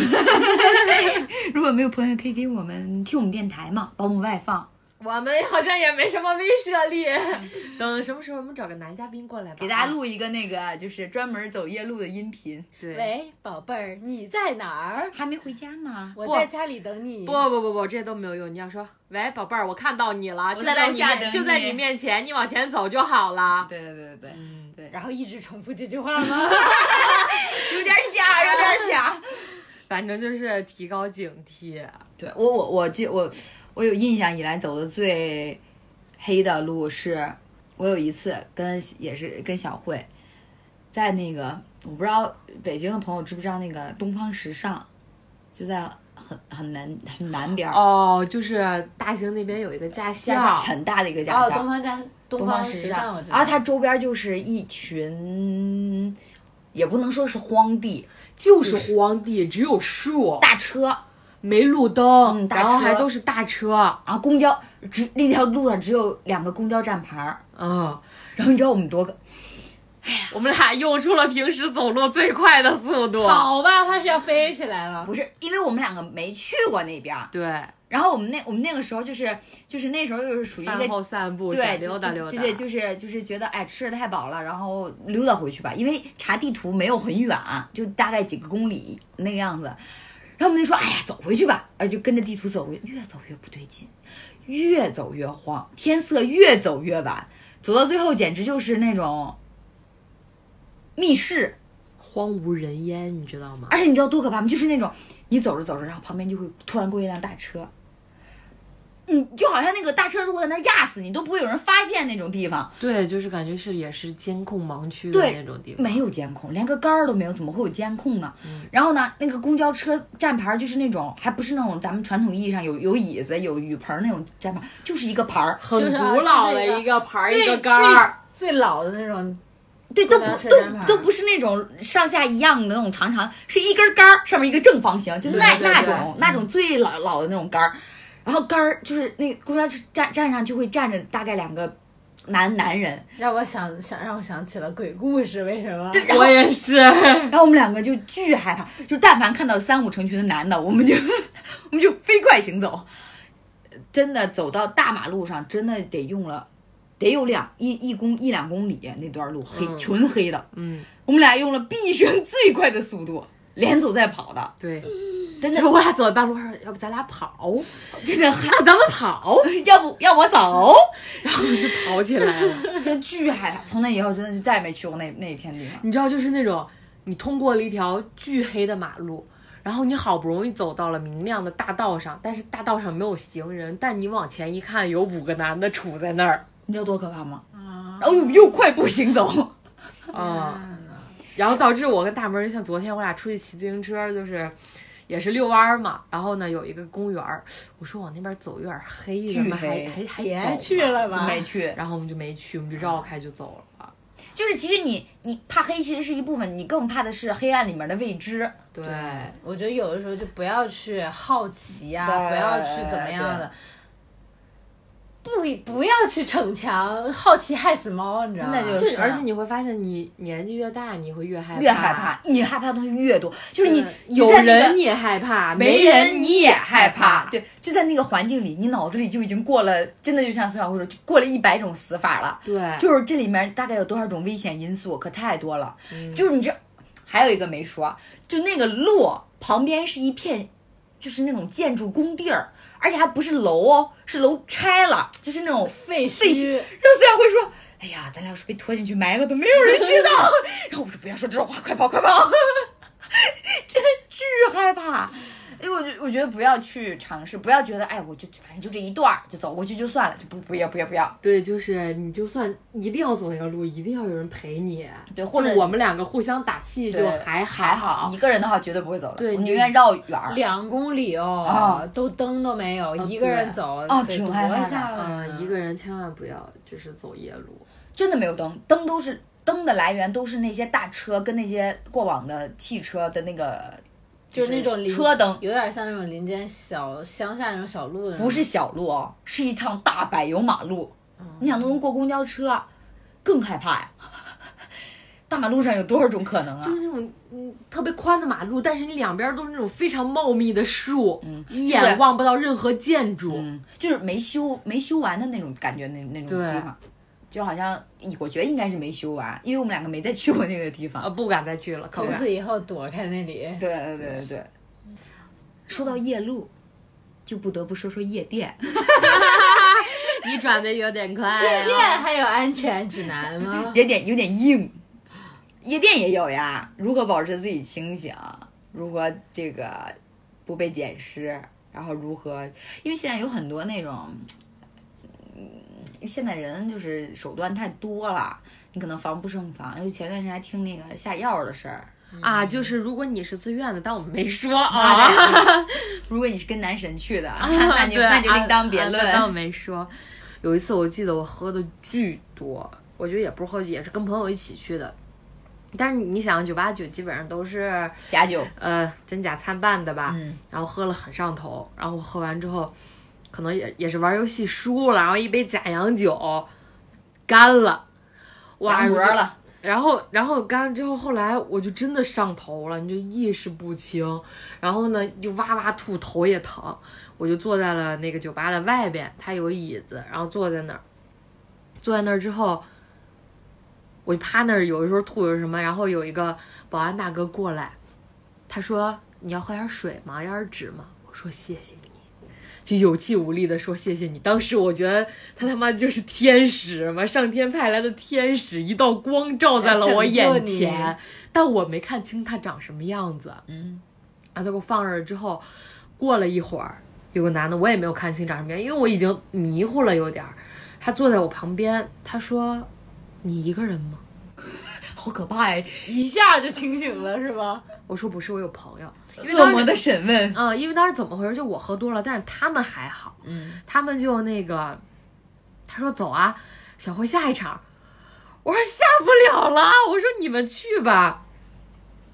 B: 如果没有朋友，可以给我们听我们电台嘛，把我们外放，
A: 我们好像也没什么威慑力。 等什么时候我们找个男嘉宾过来吧，啊
B: 给大家。录一个那个就是专门走夜路的音频。
A: 对，
D: 喂，宝贝儿，你在哪儿？
B: 还没回家吗？
D: 我
A: 不
D: 在家里等你。
A: 不不不不，这些都没有用。你要说，喂，宝贝儿，我看到你了，就
B: 在
A: 在
B: 楼
A: 你
B: 下
A: 面
B: 等
A: 就在
B: 你
A: 你面前，你往前走就好了。
B: 对对对对，
A: 嗯，
B: 对
D: 然后一直重复这句话吗？
B: 有点假，有点假。
A: 反正就是提高警惕。
B: 对我我我记我我有印象以来走的最黑的路是，我有一次跟也是跟小慧，在那个我不知道北京的朋友知不知道那个东方时尚，就在很很南很南边儿，
A: 哦，就是大兴那边有一个驾
B: 驾校
A: 校，
B: 很大的一个驾
D: 哦，
B: 校，
D: 东方家，东
B: 东方
D: 方
B: 时
D: 尚，我知道。
B: 然后它周边就是一群，也不能说是荒地，
A: 就是荒地，只有树，
B: 大车。
A: 没路灯，
B: 嗯大
A: 然后还
B: 车
A: 都是大车。
B: 然后公交只那条路上只有两个公交站牌儿，
A: 嗯，
B: 然后你知道我们多个
A: 我们俩用出了平时走路最快的速度。
D: 好吧，他是要飞起来了。
B: 不是，因为我们两个没去过那边儿，
A: 对，
B: 然后我们那我们那个时候就是就是那时候就是属于一
A: 饭
B: 个
A: 后散步，
B: 对
A: 想溜达溜达。
B: 对对，就是就是觉得哎吃的太饱了，然后溜达回去吧，因为查地图没有很远，就大概几个公里那个样子。然后我们就说哎呀走回去吧，呃就跟着地图走回去，越走越不对劲，越走越慌，天色越走越晚，走到最后简直就是那种密室。
A: 荒无人烟，你知道吗？
B: 而且你知道多可怕吗？就是那种你走着走着，然后旁边就会突然过一辆大车，你就好像那个大车如果在那儿压死你，都不会有人发现那种地方，
A: 对，就是感觉是也是监控盲区的
B: 对
A: 那种地方，
B: 没有监控，连个杆儿都没有，怎么会有监控呢？然后呢，那个公交车站牌儿就是那种，还不是那种咱们传统意义上有有椅子、有雨盆儿那种站牌儿，就是一个牌儿，
A: 很
D: 就是啊
A: 古老
D: 就是
A: 的
D: 一
A: 个牌儿
D: 最
A: 一个杆儿，
D: 最最老的那种，
B: 对，都不
D: 公交车
B: 都
D: 站牌儿
B: 都不是那种上下一样的那种长长，是一根杆儿上面一个正方形，就那
A: 对对嗯
B: 那
A: 对
B: 种那种最老老的那种杆儿，然后杆儿就是那个公交车站站上就会站着大概两个男男人，
D: 让我想想让我想起了鬼故事，为什么？
B: 对，然后
A: 我也是，
B: 然后我们两个就巨害怕，就但凡看到三五成群的男的，我们就 我们就飞快行走，真的走到大马路上，真的得用了得有两一一公一两公里那段路黑
A: 嗯
B: 纯黑的，
A: 嗯，
B: 我们俩用了毕生最快的速度连走带跑的，
A: 对，
B: 真
A: 嗯
B: 的
A: 就我俩走在半路上，要不咱俩跑？
B: 真的害，
A: 那 咱们跑，
B: 要不要我走？
A: 然后我们就跑起来了。
B: 真的巨害怕。从那以后，真的就再也没去过那那一片地方。
A: 你知道，就是那种你通过了一条巨黑的马路，然后你好不容易走到了明亮的大道上，但是大道上没有行人，但你往前一看，有五个男的杵在那儿
B: 你知道多可怕吗？然后又又快步行走，
A: 啊、然后导致我跟大门儿像昨天我俩出去骑自行车，就是。也是遛弯儿嘛，然后呢有一个公园儿，我说往那边走有点黑，咱
B: 巨
A: 们还
B: 黑
A: 还还走
D: 别
A: 吧
D: 去，了
B: 就
D: 吧，
B: 没去。
A: 然后我们就没去，我们就绕开就走了。
B: 就是其实你你怕黑其实是一部分，你更怕的是黑暗里面的未知。
A: 对，
D: 我觉得有的时候就不要去好奇啊，
B: 对
D: 不要去怎么样的，不不要去逞强，好奇害死猫，你知道吗？
B: 那就啊
A: 就是是而且你会发现，你年纪越大，你会越害怕，
B: 越害怕，你害怕的东西越多，就是你你
A: 有
B: 在那个
A: 人你也害怕，
B: 没
A: 人
B: 人你也害
A: 怕
B: 怕，对，就在那个环境里，你脑子里就已经过了，真的就像孙小慧说，就过了一百种死法了。
A: 对，
B: 就是这里面大概有多少种危险因素，可太多了。就是你这还有一个没说，就那个路旁边是一片，就是那种建筑工地儿，而且还不是楼哦，是楼拆了，就是那种
D: 废
B: 废墟。
D: 墟，
B: 然后孙小慧说：“哎呀，咱俩要是被拖进去埋了，都没有人知道。” 然后我说：“不要说这种话，快跑，快跑！”真的巨害怕。哎，我觉我觉得不要去尝试，不要觉得哎，我就反正就这一段儿，就走过去就算了，就不不要不要不要。
A: 对，就是你就算一定要走那条路，一定要有人陪你，
B: 对或者
A: 就是我们两个互相打气就
B: 对
A: 还好
B: 还好，一个人的话绝对不会走的，
A: 对
B: 我
A: 你
B: 宁愿绕远儿。
D: 两公里哦，
B: 啊
D: 都灯都没有，一个
A: 对
D: 人走，
B: 啊
D: 得
B: 挺
D: 多
B: 害怕的
D: 吓人啊
A: 嗯，一个人千万不要就是走夜路，
B: 真的没有灯，灯都是灯的来源都是那些大车跟那些过往的汽车的那个，
D: 就是那种林
B: 车灯，
D: 有点像那种林间小乡下那种小路的那种，
B: 不是小路哦，是一趟大柏油马路。你想都能过公交车，更害怕呀！ 大马路上有多少种可能啊
A: 就？是那种嗯特别宽的马路，但是你两边都是那种非常茂密的树，
B: 嗯
A: 一
B: 就是
A: 眼望不到任何建筑，
B: 嗯，就是没修没修完的那种感觉，那那种
A: 对
B: 地方，就好像我觉得应该是没修完，因为我们两个没再去过那个地
A: 啊，
B: 方。
A: 不敢再去了，可
D: 从
A: 不敢。
D: 此以后躲开 那里。
B: 对对对对对。说到夜路，就不得不说说夜店。
A: 你转的有点快啊呀、
D: 夜店还有安全指南 吗？
B: 有点有点硬。夜店也有呀，如何保持自己清醒，如何这个不被捡尸，然后如何，因为现在有很多那种，嗯，现在人就是手段太多了，你可能防不胜防。因为前段时间还听那个下药的事儿，
A: 啊，就是如果你是自愿的，当我们没说
B: 啊
A: 啊。
B: 如果你是跟男神去的，
A: 啊
B: 那那就
A: 对
B: 那就
A: 啊
B: 另当别
A: 啊
B: 论。
A: 那倒没说。有一次我记得我喝的巨多，我觉得也不是喝酒，也是跟朋友一起去的。但是你想，九八九基本上都是
B: 假酒，
A: 呃真假参半的吧，
B: 嗯
A: 然后喝了很上头，然后喝完之后，可能也也是玩游戏输了，然后一杯假洋酒干了，哇
B: 完脖啊了，
A: 然后，然后干了之后，后来我就真的上头了，你就意识不清，然后呢就哇哇吐，头也疼，我就坐在了那个酒吧的外边，它有椅子，然后坐在那儿，坐在那儿之后，我就趴那儿，有的时候吐有什么，然后有一个保安大哥过来，他说你要喝点水吗？要点纸吗？我说谢谢你。就有气无力的说谢谢你。当时我觉得他他妈就是天使嘛，上天派来的天使，一道光照在了我眼前，但我没看清他长什么样子。嗯，然后他给我放那儿之后，过了一会儿，有个男的我也没有看清长什么样，因为我已经迷糊了有点儿。他坐在我旁边，他说：“你一个人吗
B: 好可怕呀！
D: 一下就清醒了是吧？？”
A: 我说：“不是，我有朋友。”因为
B: 恶
A: 当时
B: 魔的审问，
A: 嗯，因为当时怎么回事？就我喝多了，但是他们还好，
B: 嗯，
A: 他们就那个，他说走啊，小辉下一场，我说下不了了，我说你们去吧，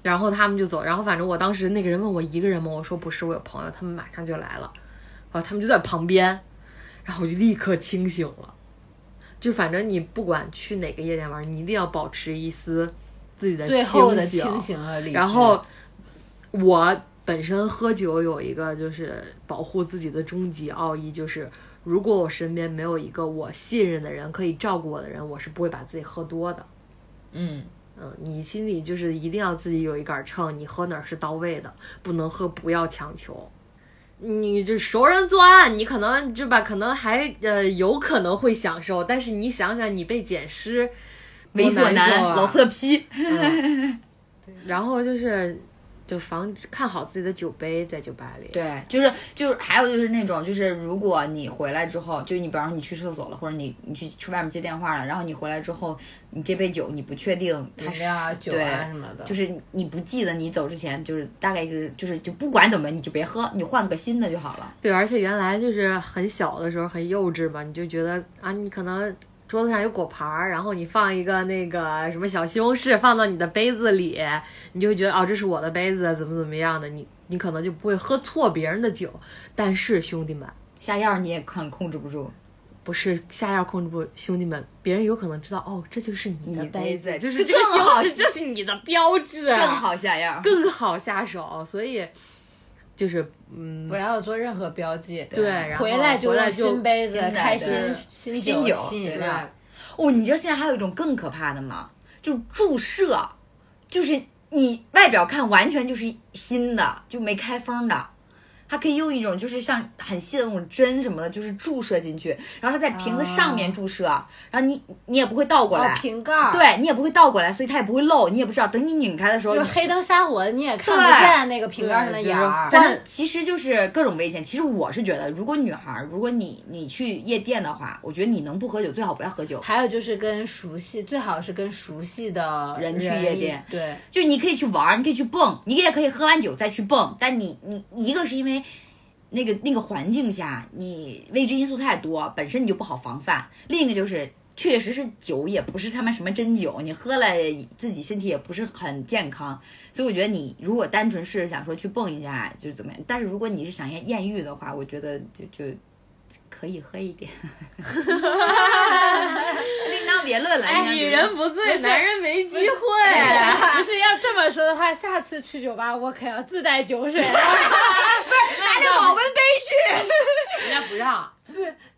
A: 然后他们就走，然后反正我当时那个人问我一个人吗？我说不是，我有朋友，他们马上就来了，然后他们就在旁边，然后我就立刻清醒了，就反正你不管去哪个夜店玩，你一定要保持一丝自己的
D: 最后的
A: 清
D: 清。醒和理智。
A: 然后我本身喝酒有一个就是保护自己的终极奥义，就是如果我身边没有一个我信任的人可以照顾我的人，我是不会把自己喝多的。
B: 嗯，
A: 嗯，你心里就是一定要自己有一杆秤，你喝哪儿是到位的，不能喝不要强求。你这熟人作案，你可能就吧，可能还呃有可能会享受，但是你想想，你被捡尸，
B: 猥琐
A: 难
B: 男、
A: 受啊
B: 老色批，
A: 然后就是就防止看好自己的酒杯，在酒吧里。
B: 对，就是就是，还有就是那种，就是如果你回来之后，就你比方说你去厕所了，或者你你去去外面接电话了，然后你回来之后，你这杯酒你不确定它
D: 饮
B: 是
D: 料啊、酒啊什
B: 对
D: 么的，
B: 就是你不记得你走之前，就是大概就是就是就不管怎么你就别喝，你换个新的就好了。
A: 对，而且原来就是很小的时候很幼稚嘛，你就觉得啊，你可能桌子上有果盘儿，然后你放一个那个什么小西红柿放到你的杯子里，你就会觉得哦，这是我的杯子，怎么怎么样的，你你可能就不会喝错别人的酒。但是兄弟们，
B: 下药你也很控制不住，
A: 不是下药控制不住，兄弟们，别人有可能知道哦，这就是你的
B: 你的
A: 杯
B: 杯
A: 子，
B: 子
A: 就是这
B: 这
A: 个
B: 更
A: 西红
B: 好
A: 柿 就是你的标志，啊
B: 更好下药。
A: 更好下手，所以就是嗯，
D: 不要做任何标记。
A: 对，然后
D: 回来就
A: 回
D: 用
A: 来就
D: 新杯子
B: 新的
D: 开
B: 对
D: 新新
B: 新酒
D: 新饮
A: 对
D: 料。
B: 哦，你知道现在还有一种更可怕的吗？就是注射，就是你外表看完全就是新的，就没开封的。它可以用一种就是像很细的那种针什么的，就是注射进去，然后它在瓶子上面注射，然后你你也不会倒过
D: 哦
B: 来，，
D: 瓶盖儿，
B: 对你也不会倒过来，所以它也不会漏，你也不知道。等你拧开的时候，
D: 就是
B: 你
D: 黑灯瞎火的，你也看不
B: 对
D: 见那个瓶盖上的
A: 对
D: 眼儿。
A: 就是
B: 反正其实就是各种危险。其实我是觉得，如果女孩儿，如果你你去夜店的话，我觉得你能不喝酒最好不要喝酒。
D: 还有就是跟熟悉，最好是跟熟悉的
B: 人去夜店
D: 一对，
B: 就你可以去玩儿，你可以去蹦，你也可以喝完酒再去蹦。但你你一个是因为那个那个环境下，你未知因素太多，本身你就不好防范；另一个就是。确实是酒也不是他妈什么真酒，你喝了自己身体也不是很健康，所以我觉得你如果单纯是想说去蹦一下就是怎么样，但是如果你是想艳艳遇的话，我觉得就就可以喝一点。另当别论了，另当别论
A: 哎不醉，男人没机会。
F: 对，不是要这么说的话，下次去酒吧我可要自带酒水 了，
B: 拿着保温杯去，
A: 人家不让，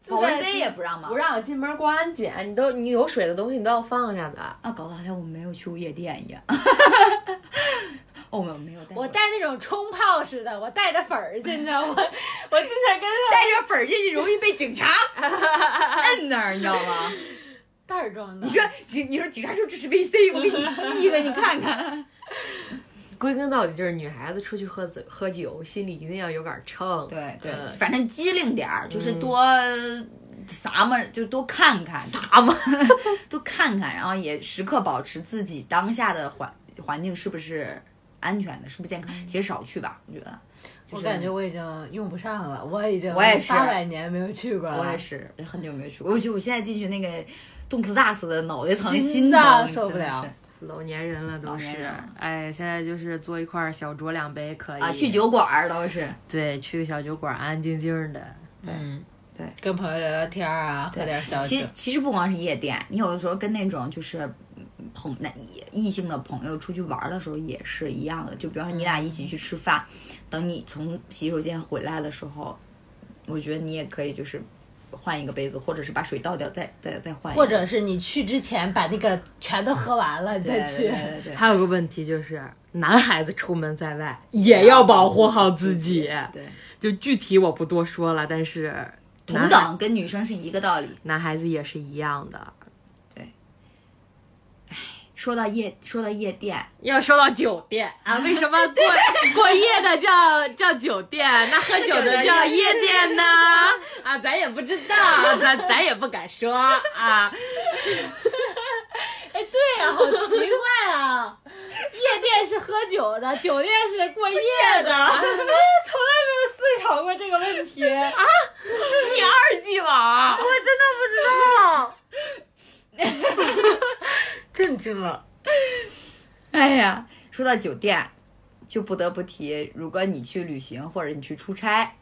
B: 保温杯也不让吗？
A: 不让进门过安检，你都你有水的东西你都要放下的。
B: 啊，搞得好像我没有去过夜店一样。 哦，我没有带过，
F: 我带那种冲泡式的，我带着粉儿进去，我 我进去跟
B: 带着粉儿进去容易被 警察摁那儿，你知道吗？
F: 袋儿装的
B: 你。说警，你说警察说这是 VC，我给你吸一个，你看 看。
A: 归根到底就是女孩子出去喝酒喝酒，心里一定要有杆秤。
B: 对对
A: 嗯，
B: 反正机灵点儿，就是多啥嘛，就多看看，
A: 打嘛，
B: 多看看，然后也时刻保持自己当下的环环境是不是安全的，是不是健康？其实少去吧，我觉得。就
D: 我
B: 是
D: 感觉我已经用不上了，我已经
B: 我也是
D: 八百年没有去过了，
B: 我也是很久没去过，我觉得我现在进去那个动次打次的，脑袋疼，
D: 心
B: 心
D: 脏
B: 疼，
D: 受不
B: 真的
D: 了
B: 是
A: 老年人了
B: 老
A: 都
B: 年
A: 是
B: 人。
A: 哎，现在就是坐一块儿小酌两杯可以
D: 哎
B: 啊！去酒馆儿都是，
A: 对，去个小酒馆，安安静静的。
D: 嗯，
B: 对，
D: 跟朋友聊聊天儿啊，喝点小
B: 其
D: 酒
B: 实。其实不光是夜店，你有的时候跟那种就是嗯朋那异性的朋友出去玩儿的时候也是一样的。就比方
D: 嗯
B: 说你俩一起去吃饭，等你从洗手间回来的时候，我觉得你也可以就是换一个杯子，或者是把水倒掉，再再再换一个，
D: 或者是你去之前把那个全都喝完了，你
B: 对
D: 再
B: 对
D: 去。
B: 对对
A: 还有个问题就是，男孩子出门在外也要保护好自己。
B: 对，
A: 就具体我不多说了，但是
B: 同等跟女生是一个道理。
A: 男孩子也是一样的。
B: 说到夜说到夜店，
A: 要说到酒店啊，为什么 过过夜的叫叫酒店，那喝酒的叫夜店 呢？啊，咱也不知 道，咱咱也不敢说啊。
F: 哎，对啊，好奇 怪啊！夜店是喝酒的，酒店是过夜的，我 从来没有思考过这个问题。
A: 啊你二季网，
F: 我真的不知道，
D: 震惊了，
B: 哎呀，说到酒店，就不得不提，如果你去旅行或者你去出差，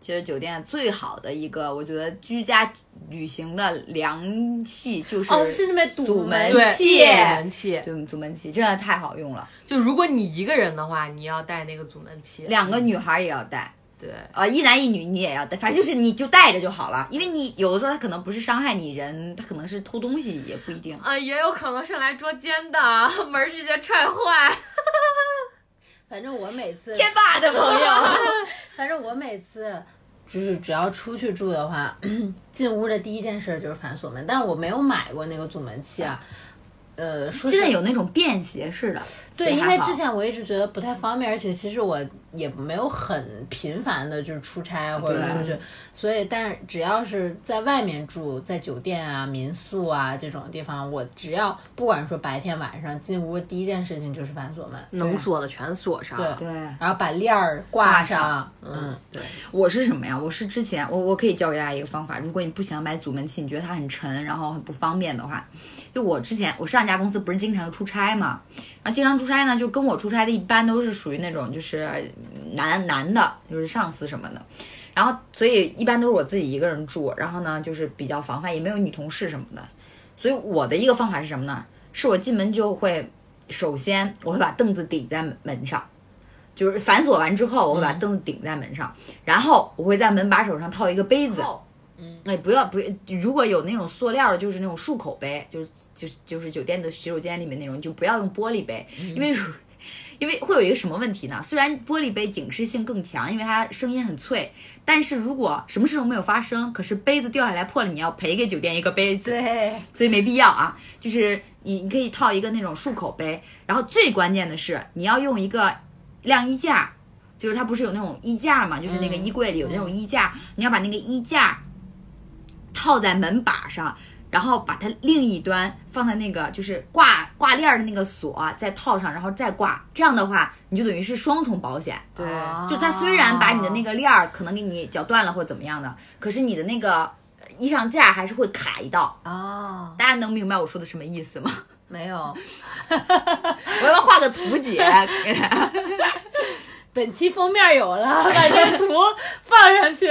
B: 其实酒店最好的一个，我觉得居家旅行的良器就是
F: 哦，是那边
B: 堵
F: 堵
B: 门
F: 门，
B: 器，
A: 门器。
B: 对，阻门器真的太好用了。
A: 就如果你一个人的话，你要带那个阻门器。
B: 两个女孩也要带，
A: 对，
B: 呃，一男一女你也要带，反正就是你就带着就好了，因为你有的时候他可能不是伤害你人，他可能是偷东西也不 一定。
A: 啊，也有可能上来捉奸的， 门儿直接踹坏。
D: 反正我每次
B: 天霸的朋友，
D: 反正我每次就是只要出去住的话， 进屋的第一件事就是反锁门，但是我没有买过那个阻门器啊。呃，说
B: 现在
D: 实
B: 有那种便携式的，
D: 对，
B: 其实
D: 因
B: 还
D: 为
B: 好
D: 之前我一直觉得不太方便，而且其实我也没有很频繁的就是出差啊或者
B: 对
D: 出去，所以但是只要是在外面住，在酒店啊、民宿啊这种地方，我只要不管说白天晚上进屋，第一件事情就是反锁门，
A: 能锁的全锁上。
D: 对
B: 对，
D: 然后把链儿
B: 挂
D: 挂
B: 上
D: 上，嗯，对。
B: 我是什么呀？我是之前我我可以教给大家一个方法，如果你不想买阻门器，你觉得它很沉，然后很不方便的话，就我之前我上一家公司不是经常出差嘛，然后经常出差呢，就跟我出差的一般都是属于那种就是男男的，就是上司什么的，然后所以一般都是我自己一个人住，然后呢就是比较防范，也没有女同事什么的，所以我的一个方法是什么呢？是我进门就会首先我会把凳子顶在门上。就是反锁完之后，我会把凳子顶在门上，然后我会在门把手上套一个杯子。嗯，哎，不要不，如果有那种塑料的，就是那种漱口杯，就是就是就是酒店的洗手间里面那种，就不要用玻璃杯，因为如因为会有一个什么问题呢？虽然玻璃杯警示性更强，因为它声音很脆，但是如果什么事都没有发生，可是杯子掉下来破了，你要赔给酒店一个杯子。
D: 对，
B: 所以没必要啊。就是你你可以套一个那种漱口杯，然后最关键的是你要用一个晾衣架，就是它不是有那种衣架嘛，就是那个衣柜里有那种衣架，你要把那个衣架套在门把上。然后把它另一端放在那个就是挂挂链儿的那个锁，再套上，然后再挂。这样的话，你就等于是双重保险。
A: 对，
B: 就它虽然把你的那个链儿可能给你绞断了或怎么样的，可是你的那个呃衣裳架还是会卡一道。
D: 哦，
B: 大家能明白我说的什么意思吗？
D: 没有。
B: 我要不要画个图解？
F: 本期封面有了，把这图放上去。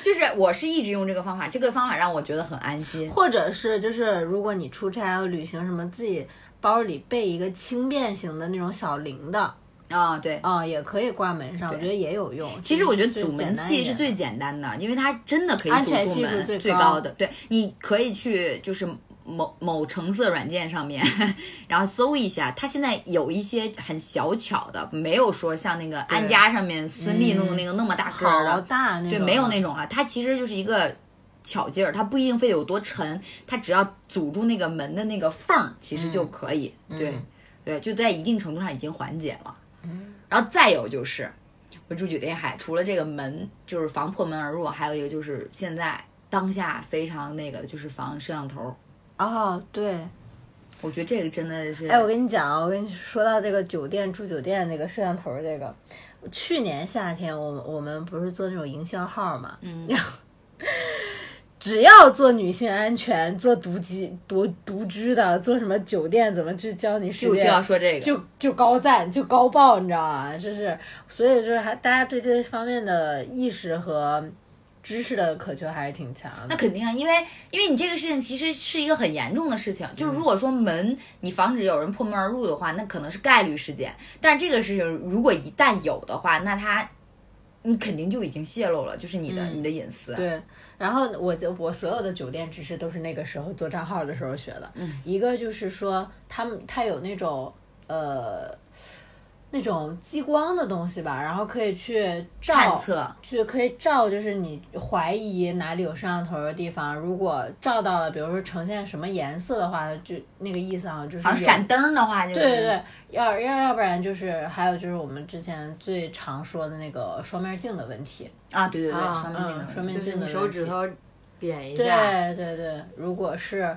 B: 就是我是一直用这个方法，这个方法让我觉得很安心。
D: 或者是就是如果你出差或旅行什么，自己包里备一个轻便型的那种小铃铛
B: 啊、对。
D: 啊，也可以挂门上，我
B: 对
D: 觉得也有用。
B: 其实我觉得
D: 就
B: 阻门器是最
D: 简
B: 简单的，因为它真的可以
D: 安
B: 阻
D: 全
B: 住
D: 系数
B: 门
D: 最
B: 最
D: 高
B: 高的。对，你可以去就是某某橙色软件上面， 然后搜一下，它现在有一些很小巧的，没有说像那个安家上面孙俪弄的那个那么大个儿的，
D: 单的嗯好大那种，
B: 对，没有那种啊，它其实就是一个巧劲儿，它不一定非得有多沉，它只要阻住那个门的那个缝儿，其实
D: 嗯
B: 就可以。对，对，就在一定程度上已经缓解了。
D: 嗯
B: 然后再有就是，我住酒店还除了这个门就是防破门而入，还有一个就是现在当下非常那个就是防摄像头儿，
D: 哦，对。
B: 我觉得这个真的是，
D: 哎，我跟你讲啊，我跟你说到这个酒店住酒店那个摄像头儿这个，去年夏天我们我们不是做那种营销号嘛，嗯，然后 只要做女性安全、做独居、独独居的，做什么酒店怎么去教你识
B: 就就
D: 别，
B: 要说这个，
D: 就就高赞就高爆，你知道吗？就是所以就是还大家对这方面的意识和知识的渴求还是挺强
B: 那
D: 的。
B: 肯定啊，因为因为你这个事情其实是一个很严重的事情，
D: 嗯
B: 就是如果说门你防止有人破门而入的话，那可能是概率事件，但这个事情如果一旦有的话，那他你肯定就已经泄露了，就是你的、你的隐私。
D: 嗯对，然后我就我所有的酒店知识都是那个时候做账号的时候学的。嗯，一个就是说他们他有那种呃那种激光的东西吧，然后可以去照
B: 探测
D: 去可以照，就是你怀疑哪里有摄像头的地方，如果照到了，比如说呈现什么颜色的话，就那个意思好像就是
B: 好像
D: 有
B: 闪灯的话，就是
D: 对对对，要要要不然就是还有就是我们之前最常说的那个双面镜的问题，
B: 啊，对对对，
A: 啊
B: 上面那个
D: 嗯双面
A: 就
D: 镜
A: 是
D: 的
A: 你
D: 问
A: 手指
D: 题
A: 头扁一
D: 对
A: 下，
D: 对对，如果是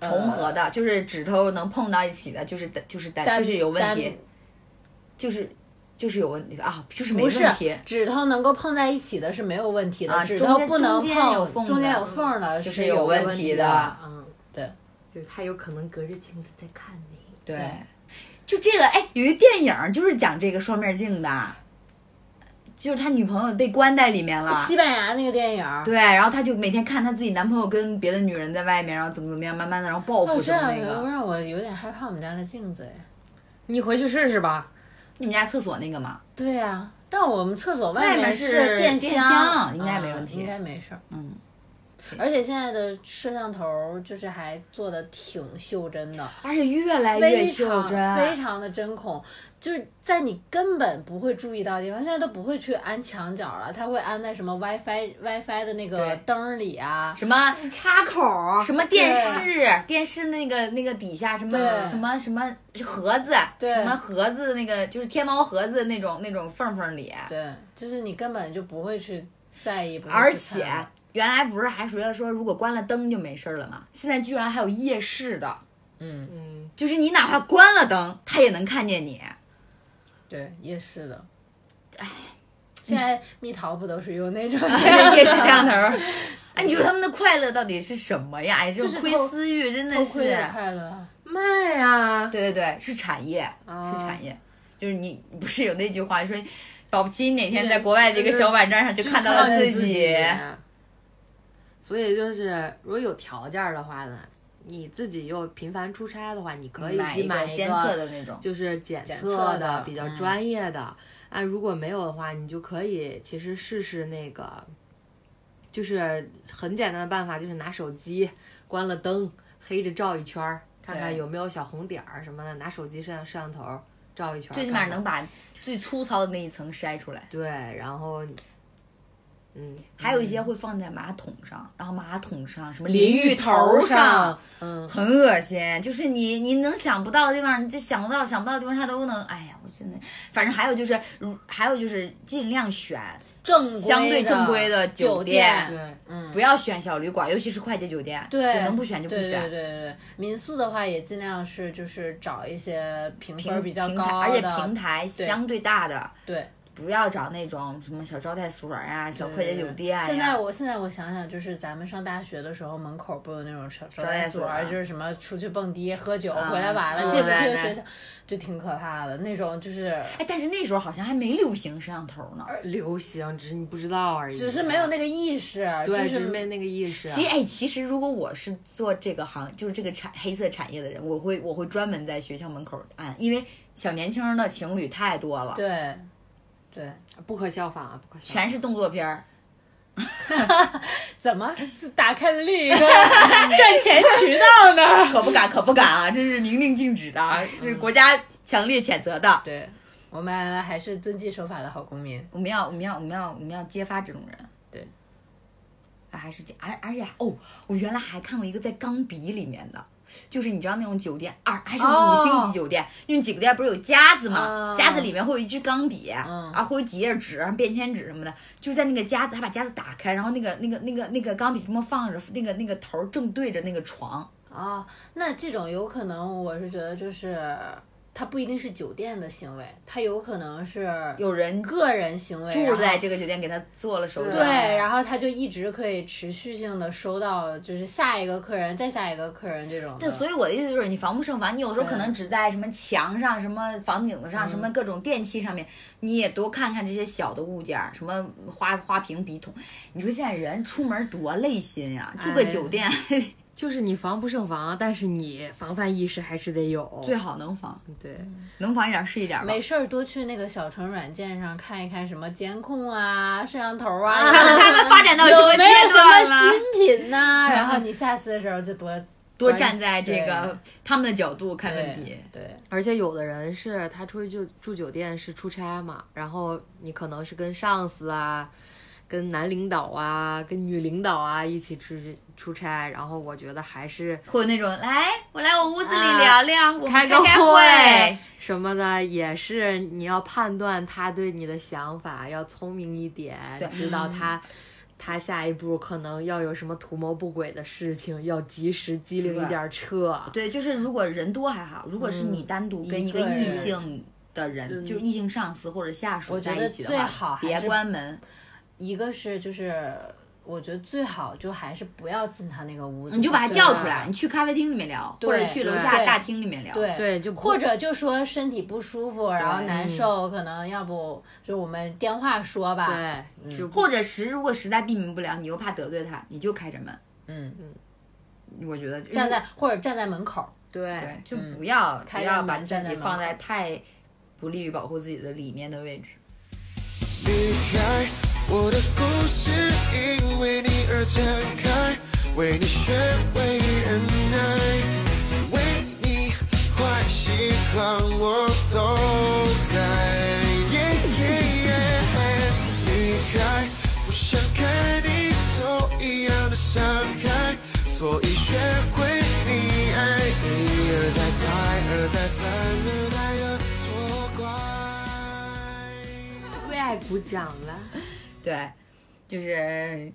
B: 重合的，就是指头能碰到一起的，就是就是
D: 单
B: 就是有问题
D: 单，
B: 就是就是有问题啊，就是没
D: 不是
B: 问题。
D: 指头能够碰在一起的是没有问题的，
B: 啊
D: 指
B: 中
D: 头
B: 间
D: 不
B: 中
D: 能碰
B: 间有缝的
D: 中间有缝儿的
B: 就是
D: 是
B: 有问
D: 问
B: 题
D: 题
B: 的啊
D: 嗯，对，
A: 就他有可能隔着镜子在看你。
B: 对，就这个，哎，有一电影儿就是讲这个双面镜的，就是他女朋友被关在里面了。
D: 啊西班牙那个电影儿，
B: 对，然后他就每天看他自己男朋友跟别的女人在外面，然后怎么怎么样，慢慢的，然后报
D: 哦，
B: 复什
D: 这
B: 么
D: 样
B: 那个。
D: 让我有点害怕我们家的镜子哎。
A: 你回去试试吧。
B: 你们家厕所那个吗？
D: 对呀、但我们厕所
B: 外
D: 外
B: 面是
D: 是
B: 电
D: 箱，
B: 箱应该没问
D: 啊
B: 题
D: 应该没事儿。
B: 嗯，
D: 而且现在的摄像头就是还做的挺袖珍的，
B: 而且越来越
D: 非
B: 袖
D: 常
B: 珍，
D: 非常的针孔，就是在你根本不会注意到的地方，现在都不会去安墙角了，它会安在什么 WiFi WiFi 的那个
B: 对
D: 灯儿里啊，
B: 什么
F: 插口，
B: 什么电视，电视那个那个底下什么
D: 对
B: 什么什么盒子，
D: 对
B: 什么盒子那个就是天猫盒子那种那种缝缝里，
D: 对，就是你根本就不会去在意，不会
B: 而
D: 去
B: 且
D: 看的
B: 原来不是还觉得说如果关了灯就没事儿了吗？现在居然还有夜视的，
D: 嗯，
A: 嗯，
B: 就是你哪怕关了灯，它也能看见 你。
D: 对，夜视的，唉，现在蜜桃不都是用那种
B: 夜视摄像 头儿，哎，你说他们的快乐到底是什么呀？哎，这
D: 就
B: 种
D: 是
B: 窥
D: 偷
B: 私欲真的
D: 偷
B: 是，
D: 窥的快乐？
A: 卖呀，
B: 对对对，是产业，是产业，就是你不是有那句话说，哎保不齐哪天在国外的一个小网站上就看到了
A: 看
B: 自
A: 自
B: 己。
A: 所以就是，如果有条件儿的话呢，你自己又频繁出差的话，你可以
B: 买
A: 去
B: 一
A: 买
B: 个
A: 一个
B: 监测的那种，
A: 就是检
D: 检
A: 测
D: 测的
A: 比较
D: 嗯
A: 专业的。啊，如果没有的话，你就可以其实试试那个，就是很简单的办法，就是拿手机关了灯，黑着照一圈儿，看看
B: 对
A: 有没有小红点儿什么的，拿手机摄像摄像头儿照一圈儿，
B: 最起码
A: 看看
B: 能把最粗糙的那一层筛出来。
A: 对，然后，嗯，
B: 还有一些会放在马桶上，然后马桶上什么
A: 淋
B: 浴
A: 浴
B: 头
A: 头
B: 上
A: 上，嗯，
B: 很恶心，就是你你能想不到的地方，你就想得到想不到的地方，它都能。哎呀，我真的，反正还有就是，如还有就是尽量选
D: 正规
B: 相对
D: 的
B: 正规的
D: 酒
B: 店
A: 对，
D: 嗯
B: 不。要选小旅馆，尤其是快捷酒店，
D: 对，
B: 就能不选就不选。
D: 对对对对，民宿的话也尽量是就是找一些评分
B: 平
D: 比较
B: 平台，
D: 高
B: 而且
D: 的
B: 平台
D: 对
B: 相对大的，
D: 对
B: 不要找那种什么小招待所啊、小快捷酒店呀、
D: 现在我现在我想想，就是咱们上大学的时候，门口不有那种招招
B: 待
D: 待
B: 所
D: 所
B: 啊，
D: 就是什么出去蹦迪、喝酒，
B: 啊
D: 回来晚
B: 住
D: 了进不
B: 在
D: 去
B: 那
D: 学校，就挺可怕的那种，就是
B: 哎，但是那时候好像还没流行摄像头呢。
A: 流行，只是你不知道而已，
D: 只是没有那个意识，就
A: 对，只
D: 是
A: 是没那个意识，
B: 其实，哎，其实如果我是做这个行，就是这个产黑色产业的人，我会我会专门在学校门口按，因为小年轻的情侣太多了，
D: 对对，
A: 不可效仿啊，不可效仿，
B: 全是动作片儿。
D: 怎么是打开了另一个 赚钱渠 道呢？
B: 可不敢，可不敢啊！这是明令禁止的啊，这是国家强烈谴责的。
D: 对，我们还是遵纪守法的好公民。
B: 我们要，我们要，我们要，我们要揭发这种人。
D: 对
B: 啊，还是这，而而且哦，我原来还看过一个在钢笔里面的，就是你知道那种酒店，二还是五星级酒店，因为几个店不是有夹子嘛，
D: 哦嗯
B: 夹子里面会有一支钢笔，
D: 嗯
B: 啊，会有几页纸、便签纸什么的，就是在那个夹子，他把夹子打开，然后那个那个那个那个钢笔这么放着，那个那个头儿正对着那个床，
D: 哦，那这种有可能，我是觉得就是它不一定是酒店的行为，它有可能是
B: 有人
D: 个人行为
B: 住在
D: 然后
B: 这个酒店给他做了手脚，
D: 啊对，然后他就一直可以持续性的收到，就是下一个客人，再下一个客人这种的。
B: 对，所以我的意思就是，你防不胜防。你有时候可
D: 对嗯
B: 能只在什么墙上、什么房顶子上、什么各种电器上面，你也多看看这些小的物件儿，什么花花瓶、笔筒。你说现在人出门多累心呀、住个
D: 哎
B: 酒店、
A: 就是你防不胜防，但是你防范意识还是得有，
B: 最好能防，
A: 对，
B: 能防一点儿是一点儿吧
D: 没。事儿多去那个小程软件上看一看什么监控啊、摄像头啊，
B: 看 看他们发展到什么
D: 有
B: 阶
D: 没有什
B: 段
D: 么
B: 了，
D: 新 品呐、然后你下次的时候就多
B: 多
D: 关
B: 站在这
D: 对
B: 个他们的角度看问
D: 对
B: 题。
D: 对
A: 而且有的人是他出去就住酒店是出差嘛，然后你可能是跟上司啊、跟男领导啊、跟女领导啊一起出去出差，然后我觉得还是
B: 会有那种来，我来我屋子里
A: 啊
B: 聊聊，我们开
A: 个
B: 开
A: 会什么的，也是你要判断他对你的想法，要聪明一点
B: 对，
A: 知道他。他下一步可能要有什么图谋不轨的事情，要及时机灵一点儿撤。
B: 对，就是如果人多还好，如果是你单独跟一
D: 嗯一
B: 个
D: 个
B: 异
D: 人嗯
B: 性的人，就是异性上司或者下属
D: 我觉
B: 在一
D: 得
B: 起的
D: 最
B: 话，
D: 好还
B: 别
D: 是
B: 关门，
D: 一个是就是，我觉得最好就还是不要进他那个屋子，
B: 你就把他
D: 对
B: 叫
D: 吧
B: 出来，你。去咖啡厅里面聊，或
D: 对
B: 者去楼
A: 对
B: 下
D: 对
B: 大厅里面聊。
D: 对
A: 对就不
D: 或者就说身体不舒服，然后
B: 对嗯
D: 难受，可能要不就我们电话说吧。
A: 对，哎就
B: 嗯或者实如果实在避免不了，你又怕得罪他，你就开着门。嗯
D: 嗯，
B: 我觉得就
D: 站在或者站在门口，
A: 对
B: 对，就不要、不
D: 开着
B: 要把
D: 门
B: 自
D: 站
B: 己
D: 在门
B: 放
D: 口
B: 在太不利于保护自己的里面的位置。
E: Thank
G: 离开我的故事，因为你而展开，为你学会忍耐，为你坏习惯我都改。Yeah, yeah, yeah 离开，不想看你受一样的伤害，所以学会你爱。一而再，再而再，三而再的错怪。
A: 为爱鼓掌了。
B: 对，就是，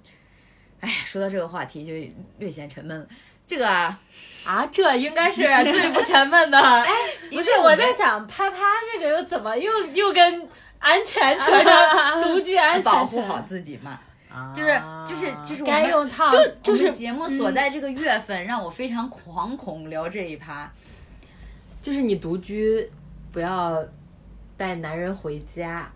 B: 哎呀，说到这个话题就略显沉闷了。这个啊
A: 啊，这应该是最不沉闷 的。
F: 不是，我在想啪啪这个又怎么又又跟安 全扯上独居安全扯
B: 保护好自己嘛，
A: 啊
B: 就是就是就是我
F: 该
B: 们
F: 用套
B: 就
F: 子
B: 就是节目所在这个月份，让我非常惶恐聊这一趴。
A: 就是你独居，不要带男人回家。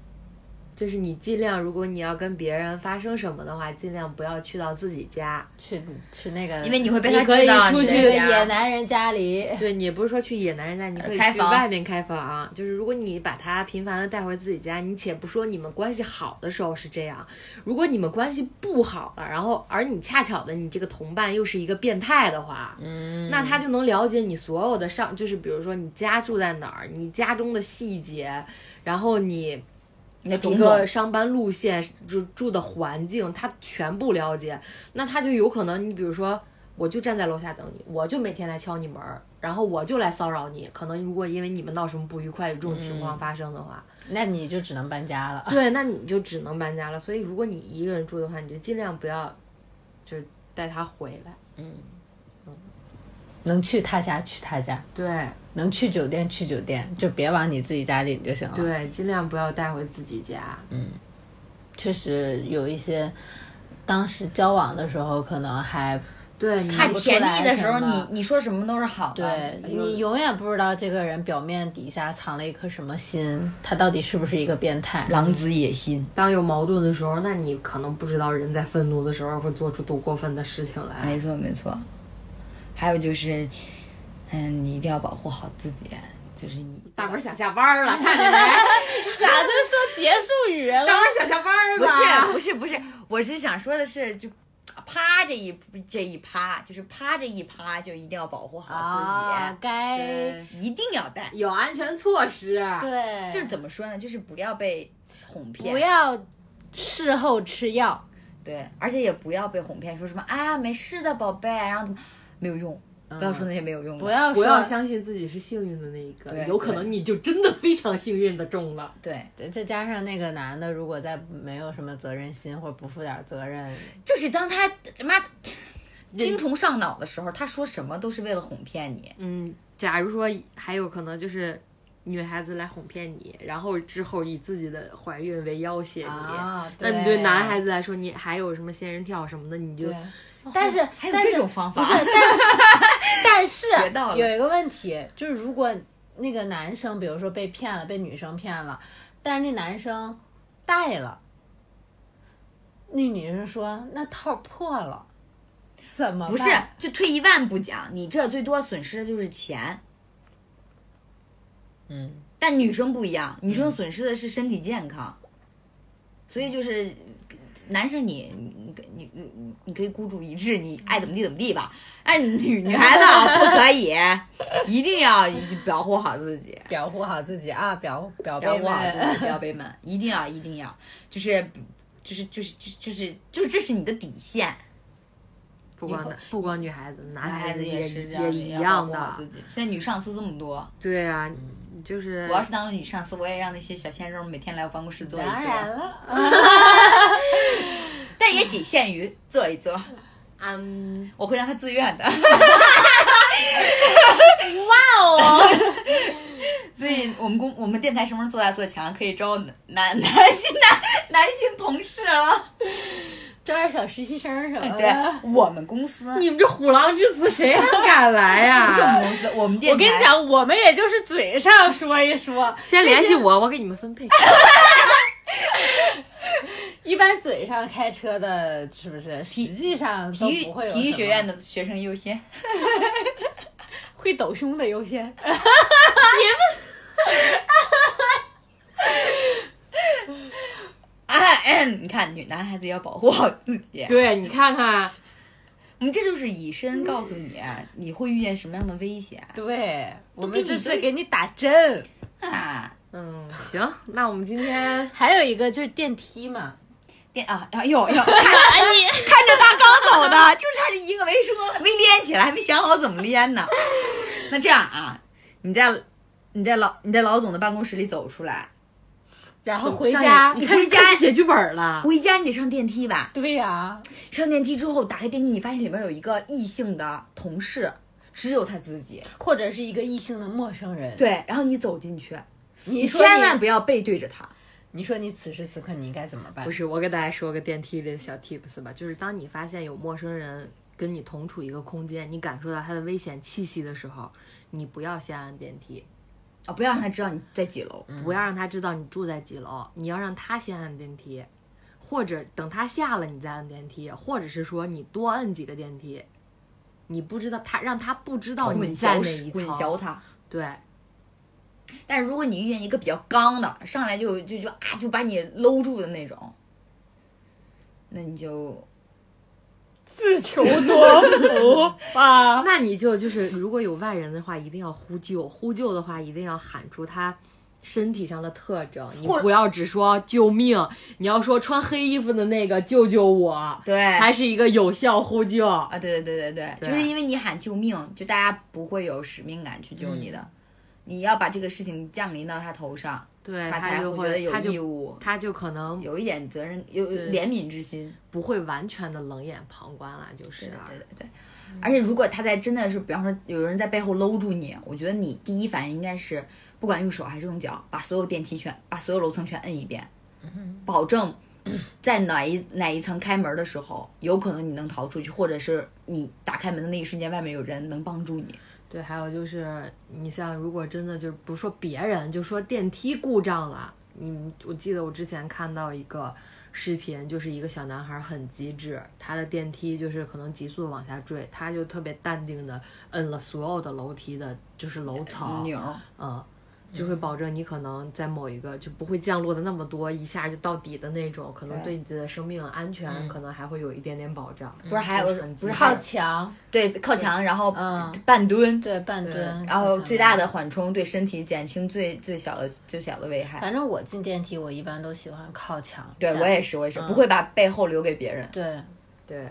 A: 就是你尽量，如果你要跟别人发生什么的话，尽量不要去到自己家。
D: 去去那个，
B: 因为你会被他
A: 你可以
B: 知道
A: 出
B: 你
A: 去
B: 在
D: 去
B: 家
D: 野男人家里，
A: 对你也不是说去野男人家，你可以
B: 开
A: 去
B: 房
A: 外面开房啊。就是如果你把他频繁的带回自己家，你且不说你们关系好的时候是这样，如果你们关系不好了，然后而你恰巧的你这个同伴又是一个变态的话，嗯，那他就能了解你所有的上，就是比如说你家住在哪儿，你家中的细节，然后你
B: 你的
A: 一
B: 种
A: 个
B: 种，
A: 上班路线、住住的环境，他全部了解，那他就有可能，你比如说，我就站在楼下等你，我就每天来敲你门儿，然后我就来骚扰你。可能如果因为你们闹什么不愉快，有这种情
B: 嗯
A: 况发生的话，
D: 那你就只能搬家
B: 啊
D: 了。
A: 对，那你就只能搬家了。所以如果你一个人住的话，你就尽量不要，就是带他回来。
D: 能去他家去他家，
A: 对
D: 能去酒店去酒店，就别往你自己家里就行了。，
B: 啊
A: 对，尽量不要带回自己家。
B: 嗯
D: 确实有一些，当时交往的时候可能还
A: 对，你
B: 太
D: 不出
B: 甜
D: 来
B: 蜜的时候，
D: 什
B: 你
D: 么
B: 你说什么都是好的
D: 对。啊你永远不知道这个人表面底下藏了一颗什么心，他到底是不是一个变态。
B: 狼子野心，
A: 当有矛盾的时候，那你可能不知道人在愤怒的时候会做出多过分的事情来。
B: 没错没错。还有就是，嗯，你一定要保护好自己，就是你
A: 大门想下班了，看见没？
F: 咋就说结束语了？
A: 大门想下班
B: 不
A: 了。
B: 是不是不是，我是想说的是，就趴这一这一趴，就是趴这一趴，就一定要保护好
D: 啊
B: 自，
D: 该
A: 对
B: 己，一定要带。
A: 有安全措施。啊
D: 对，
B: 就是怎么说呢？就是不要被哄骗，
D: 哎不要事后吃药。
B: 对，而且也不要被哄骗，说什么啊没事的宝贝，然后怎么没有用，不要说那些没有用的，
D: 嗯不要
A: 不要
D: 说，
A: 相信自己是幸运的那一个
B: 对，
A: 有可能你就真的非常幸运的中了。
B: 对，
D: 再加上那个男的，如果再没有什么责任心或者不负点责任，
B: 就是当他妈精虫上脑的时候，他说什么都是为了哄骗你，
A: 嗯，假如说还有可能就是女孩子来哄骗你，然后之后以自己的怀孕为要挟你。
D: 啊
A: 那你
D: 对
A: 对男孩子来说，你还有什么仙人跳什么的，你就
D: 对，但是
B: 还有
D: 但是
B: 这种方法
D: 不 是，但是
B: 学到
D: 但
B: 了
D: 是有一个问题，就是如果那个男生，比如说被骗了，被女生骗了，但是那男生带了，那女生说那套破了，怎么办
B: 不是？就退一万步讲，你这最多损失的就是钱。
D: 嗯，
B: 但女生不一样，女生损失的是身体健康，所以就是男生你你你你你你可以孤注一掷，你爱怎么地怎么地吧。哎，女女孩子啊，不可以，一定要保护好自己，
D: 表护好自己啊，表表
B: 保
D: 妹
B: 护好自
D: 们，
B: 己，表妹们，一定要一定要，就是就是就是就是就是这是你的底线。
A: 不光
B: 以后
A: 男不光女孩子，男
B: 男孩
A: 子
B: 子也是
A: 也
B: 这样的，
A: 一
B: 也要保
A: 样
B: 护好自
A: 的。
B: 己。现在女上司这么多，
A: 对啊，就是
B: 我要是当了女上司，我也让那些小鲜肉每天来我办公室坐一坐。
D: 当然了，
B: 但也仅限于坐一坐，
A: 嗯，
B: 我会让他自愿的。
F: 哇哦，
B: 所以我们公我们电台什么时候做大做强，可以招男男 男性男男性同事了。
D: 招点小实习生什么的。
B: 对，我们公司
A: 你们这虎狼之词，谁还敢来呀、
B: 不是我们公司，我们电
F: 我
B: 台。
F: 跟你，讲，我们也就是嘴上说一说，
A: 先联系我，我给你们分配。
D: 一般嘴上开车的，是不是？实际上都
B: 体育
D: 不会有
B: 体育
D: 什
B: 学
D: 么
B: 院的学生优 先，
F: 会抖胸的优先。
B: 啊伴侣，男孩子要保护好自己。
A: 对你看看，
B: 我们这就是以身告诉你，啊你会遇见什么样的危险
D: 对，我
B: 给
D: 们
B: 你
D: 这
B: 对
D: 是给你打针。
B: 啊！
A: 嗯，行，那我们今 天
D: 还有一个就是电梯嘛，
B: 电啊，哎呦呦，看着看着大纲走的， 就差这一个没说，没连起来，还没想好怎么连呢。那这样啊，你在你在老你在老总的办公室里走出来，
D: 然后回
A: 上
D: 家
A: 一，你看
B: 回家
A: 开始写剧本了，
B: 回家你得上电梯吧？
D: 对呀、
B: 上电梯之后，打开电梯，你发现里面有一个异性的同事，只有他自己。
D: 或者是一个异性的陌生人，，
B: 对，然后你走进去，
D: 你
B: 你
D: 说你
B: 千万不要背对着他。
D: 你说你此时此刻你应该怎么办
A: 不？是，我给大家说个电梯里的小 tips 吧，就是当你发现有陌生人跟你同处一个空间，你感受到他的危险气息的时候，你不要先按电梯，
B: 啊、不要让他知道你在几楼。
A: 不要让他知道你住在几楼，你要让他先按电梯，或者等他下了你再按电梯，或者是说你多摁几个电梯，你不知道他让他不知道哦你
B: 哦混
A: 在
B: 淆
A: 哪
B: 是
A: 一
B: 混
A: 层，
B: 淆他。
A: 对，
B: 但是如果你遇见一个比较刚的，上来就就就啊就把你搂住的那种，那你就
D: 自求多福
B: 啊
D: 吧。
A: 那你就就是如果有外人的话，一定要呼救，呼救的话一定要喊出他。身体上的特征，你
B: 或者
A: 不要只说救命，你要说穿黑衣服的那个救救我，
B: 对
A: 才是一个有效呼救。
B: 啊，对对对对对，
A: 对
B: 就是因为你喊救命，就大家不会有使命感去救
A: 嗯
B: 你的，你要把这个事情降临到他头上，
A: 对
B: 他才
A: 就
B: 觉得
A: 会，
B: 有
A: 他
B: 义
A: 就
B: 务，
A: 他就可能
B: 有一点责任，有
A: 对
B: 怜悯之心。
A: 不会完全的冷眼旁观啦，就是
B: 对
A: 啊
B: 对对对。
D: 嗯
B: 而且如果他在真的是，比方说有人在背后搂住你，我觉得你第一反应应该是，不管用手还是用脚，把所有电梯全，把所有楼层全摁一遍，
D: 嗯
B: 保证在哪一哪一层开门的时候，有可能你能逃出去，或者是你打开门的那一瞬间，外面有人能帮助你。
A: 对，还有就是，你像如果真的就是不说别人，就说电梯故障了，你我记得我之前看到一个视频，就是一个小男孩很机智，他的电梯就是可能急速往下坠，他就特别淡定的摁了所有的楼梯的，就是楼
D: 哦
A: 层，
B: 钮儿，
A: 嗯，就会保证你可能在某一个就不会降落的那么多，一下就到底的那种，可能对你的生命安全可能还会有一点点保障。
B: 嗯不是还有
A: 就是很
B: 不是
A: 机
B: 还
A: 智
B: 有
D: 靠墙，
B: 对，靠墙，然后
D: 嗯
B: 半蹲，
D: 对半蹲，
B: 然后最
D: 的。
B: 大的缓冲，对身体减轻最最小的最小的危害。
D: 反正我进电梯，我一般都喜欢靠墙
B: 对
D: 站。
B: 我也是，我也是，
D: 嗯
B: 不会把背后留给别人。
D: 对
A: 对。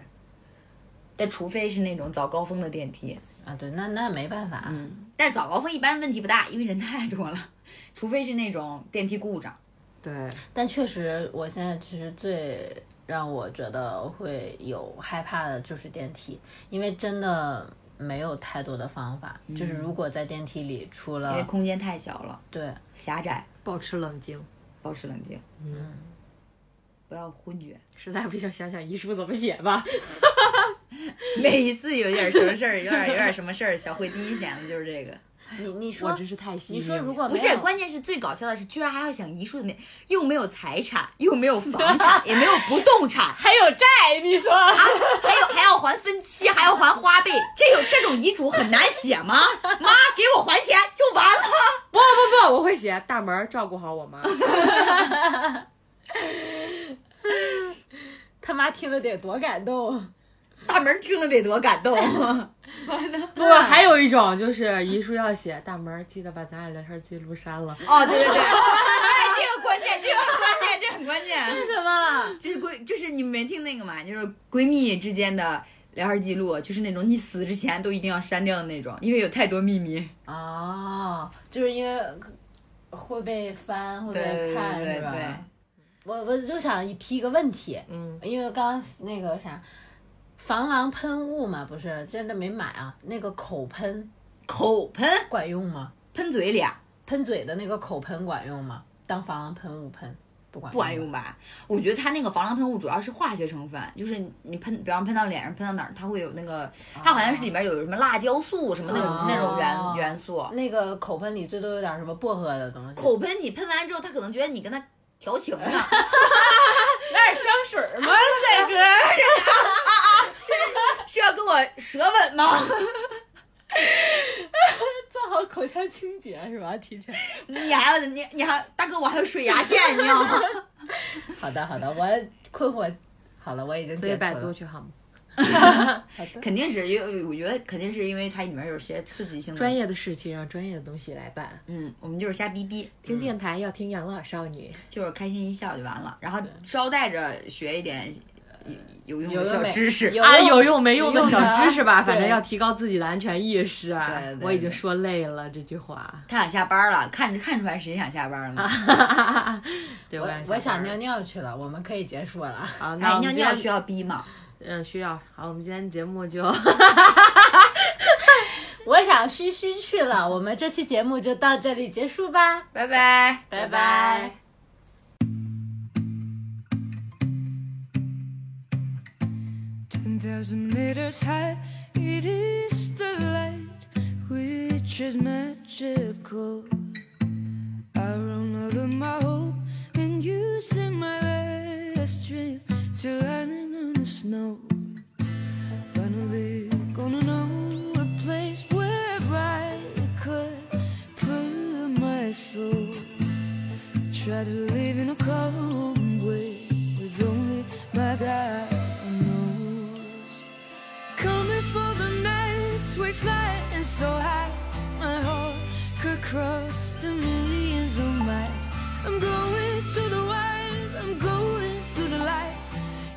B: 但除非是那种早高峰的电梯，
D: 啊，对，那那没办法，啊
B: 嗯，但是早高峰一般问题不大，因为人太多了。 除非是那种电梯故障，
A: 对，
D: 但确实，我现在其实最让我觉得会有害怕的就是电梯，因为真的没有太多的方法。就是
B: 嗯
D: 如果在电梯里出
B: 因为
D: 了，
B: 空间太小了，
D: 对，
B: 狭窄，
A: 保持冷静。
B: 保持冷静，
A: 嗯，
B: 不要昏厥。
A: 实在不行，想想遗书怎么写吧。
B: 每一次有点什么事儿，有点有点什么事儿，小慧第一想的就是这个。
D: 你你
A: 我
D: 说
A: 真是太幸
D: 你
A: 运
D: 说
A: 了。
D: 如 果
B: 不
D: 没
B: 是，
D: 有
B: 关键是最搞笑的是，居然还要想遗书的面，又没有财产，又没有房产，也没有不动产， 啊
F: 还有债，你说？
B: 还有还要还分期，还要还花呗，这有这种遗嘱很难写吗？妈，给我还钱就完了。
A: 不，我会写大门儿照顾好我妈。
D: 他妈听了得多感动，啊
B: 大门听了得多感 动。
A: 不过还有一种就是遗书要写大门儿，记得把咱俩聊天记录删了。
B: 哦，对对对， 哎，这个关键，这个很关键，这个很关键，
D: 什么？
B: 就是闺，就是你们没听那个嘛，就是闺蜜之间的聊天记录，就是那种你死之前都一定要删掉的那种，因为有太多秘密。
D: 哦，就是因为会被翻，会
B: 对对
D: 被看，
B: 对
D: 是吧？
B: 对，
D: 我我就想提一个问题，
A: 嗯，
D: 因为刚刚那个啥，防狼喷雾嘛，不是真的没买啊，那个口喷
B: 口喷
D: 管用吗？
B: 喷嘴里啊，
D: 喷嘴的那个口喷管用吗？当防狼喷雾喷不管
B: 不管用吧？我觉得它那个防狼喷雾主要是化学成分，就是你喷，比方喷到脸上，喷到哪儿，它会有那个，它好像是里面有什么辣椒素什么那种、那种
D: 哦
B: 元元素。
D: 那个口喷里最多有点什么薄荷的东西，
B: 口喷你喷完之后，他可能觉得你跟他调情呢。
F: 来点香水儿吗，帅哥？
B: 是要跟我舌吻吗？
D: 做好口腔清洁是吧？提前
B: 你还要你你还大哥，我还有水牙线，你知道吗？
D: 好的，好的，我困惑，好了，我已经
A: 所以
D: 解
A: 百
D: 脱
A: 度
D: 了。
A: 去好吗？
B: 肯定是因为我觉得肯定是因为它里面有些刺激性的
A: 专。业的事情让专业的东西来办。
B: 嗯，我们就是瞎逼逼，
A: 听电台要听养老少女，
B: 就是开心一笑就完了，然后捎带着学一点有有用的
D: 有用
B: 小
D: 没
B: 知识。
D: 有
A: 啊，
D: 用
A: 有用没用的
D: 有用
A: 小
D: 的
A: 知识吧，
D: 对
A: 反正要提高自己的安全意识啊。
B: 对对对
A: 我已经说累了这句 话，
B: 他想下班了，看看出来谁想下班了。
A: 啊对
D: 我
A: 感觉
D: 我想尿尿去了，我们可以结束了。
A: 好，那
B: 哎，
A: 我
B: 尿
A: 们
B: 尿
A: 今
B: 需
A: 天
B: 要逼吗？
A: 嗯需要。好，我们今天节目就
D: 我想嘘嘘去了，我们这期节目就到这里结束吧，
B: 拜拜。
D: 拜拜。
E: 10,000 meters high, it is the light which is magical. I run out of my hope and using my last strength to landing on the snow. Finally, gonna know a place where I could put my soul. Try to live in a calm way with only my God knows. Coming for the nights we fly and so high, my heart could cross the millions of miles. I'm going to the wild, I'm going through the lights,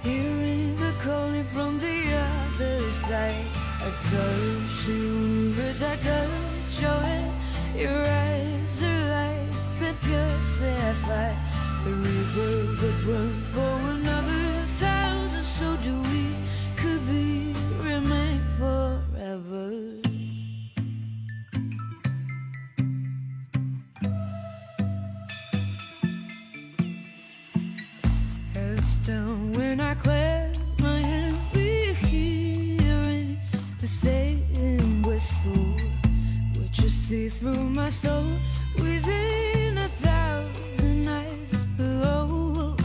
E: hearing the calling from the other side. I touch your universe, I touch your head, your eyes are like the pure sapphire. The river would run for another thousand, so do we. Could be remain forever. Heads down when I clap my hand. We're hearing the same whistle, which you see through my soul. Within a thousand eyes below,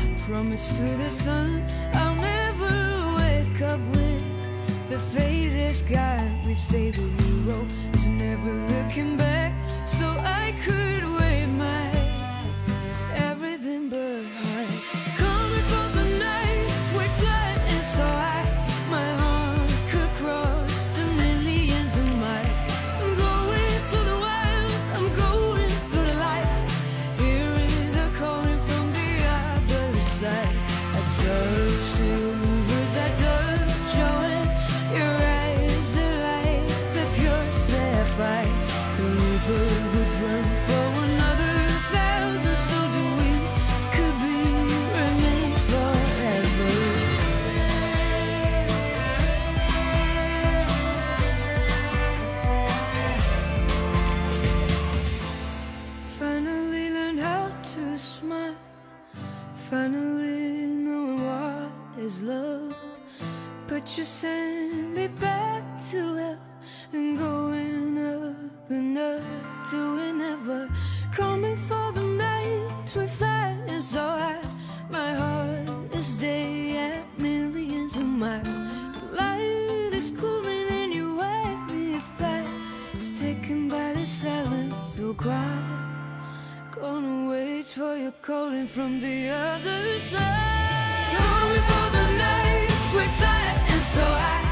E: I promise to the sun I'll never wake up with the fate is gone. We say the hero is never looking back, so I could wait my everything but heart. Coming for the nights we fly, and so I, my heart could cross the millions of miles. I'm going to the wild, I'm going through the lights, hearing the calling from the other side. I touch the rivers, I touch your hand, your eyes are like the pure sapphire. The river would run for another thousand, so do we. Could be remain forever. Finally learned how to smile. Finally knowing what is love. But you send me back to hell and going up and up to whenever. Coming for the night we fly and so high. My heart is day at millions of miles. The light is cooling and you wake me back. It's taken by the silence so quiet. Gonna wait for your calling from the other side. Coming for the nights we fly, and so I,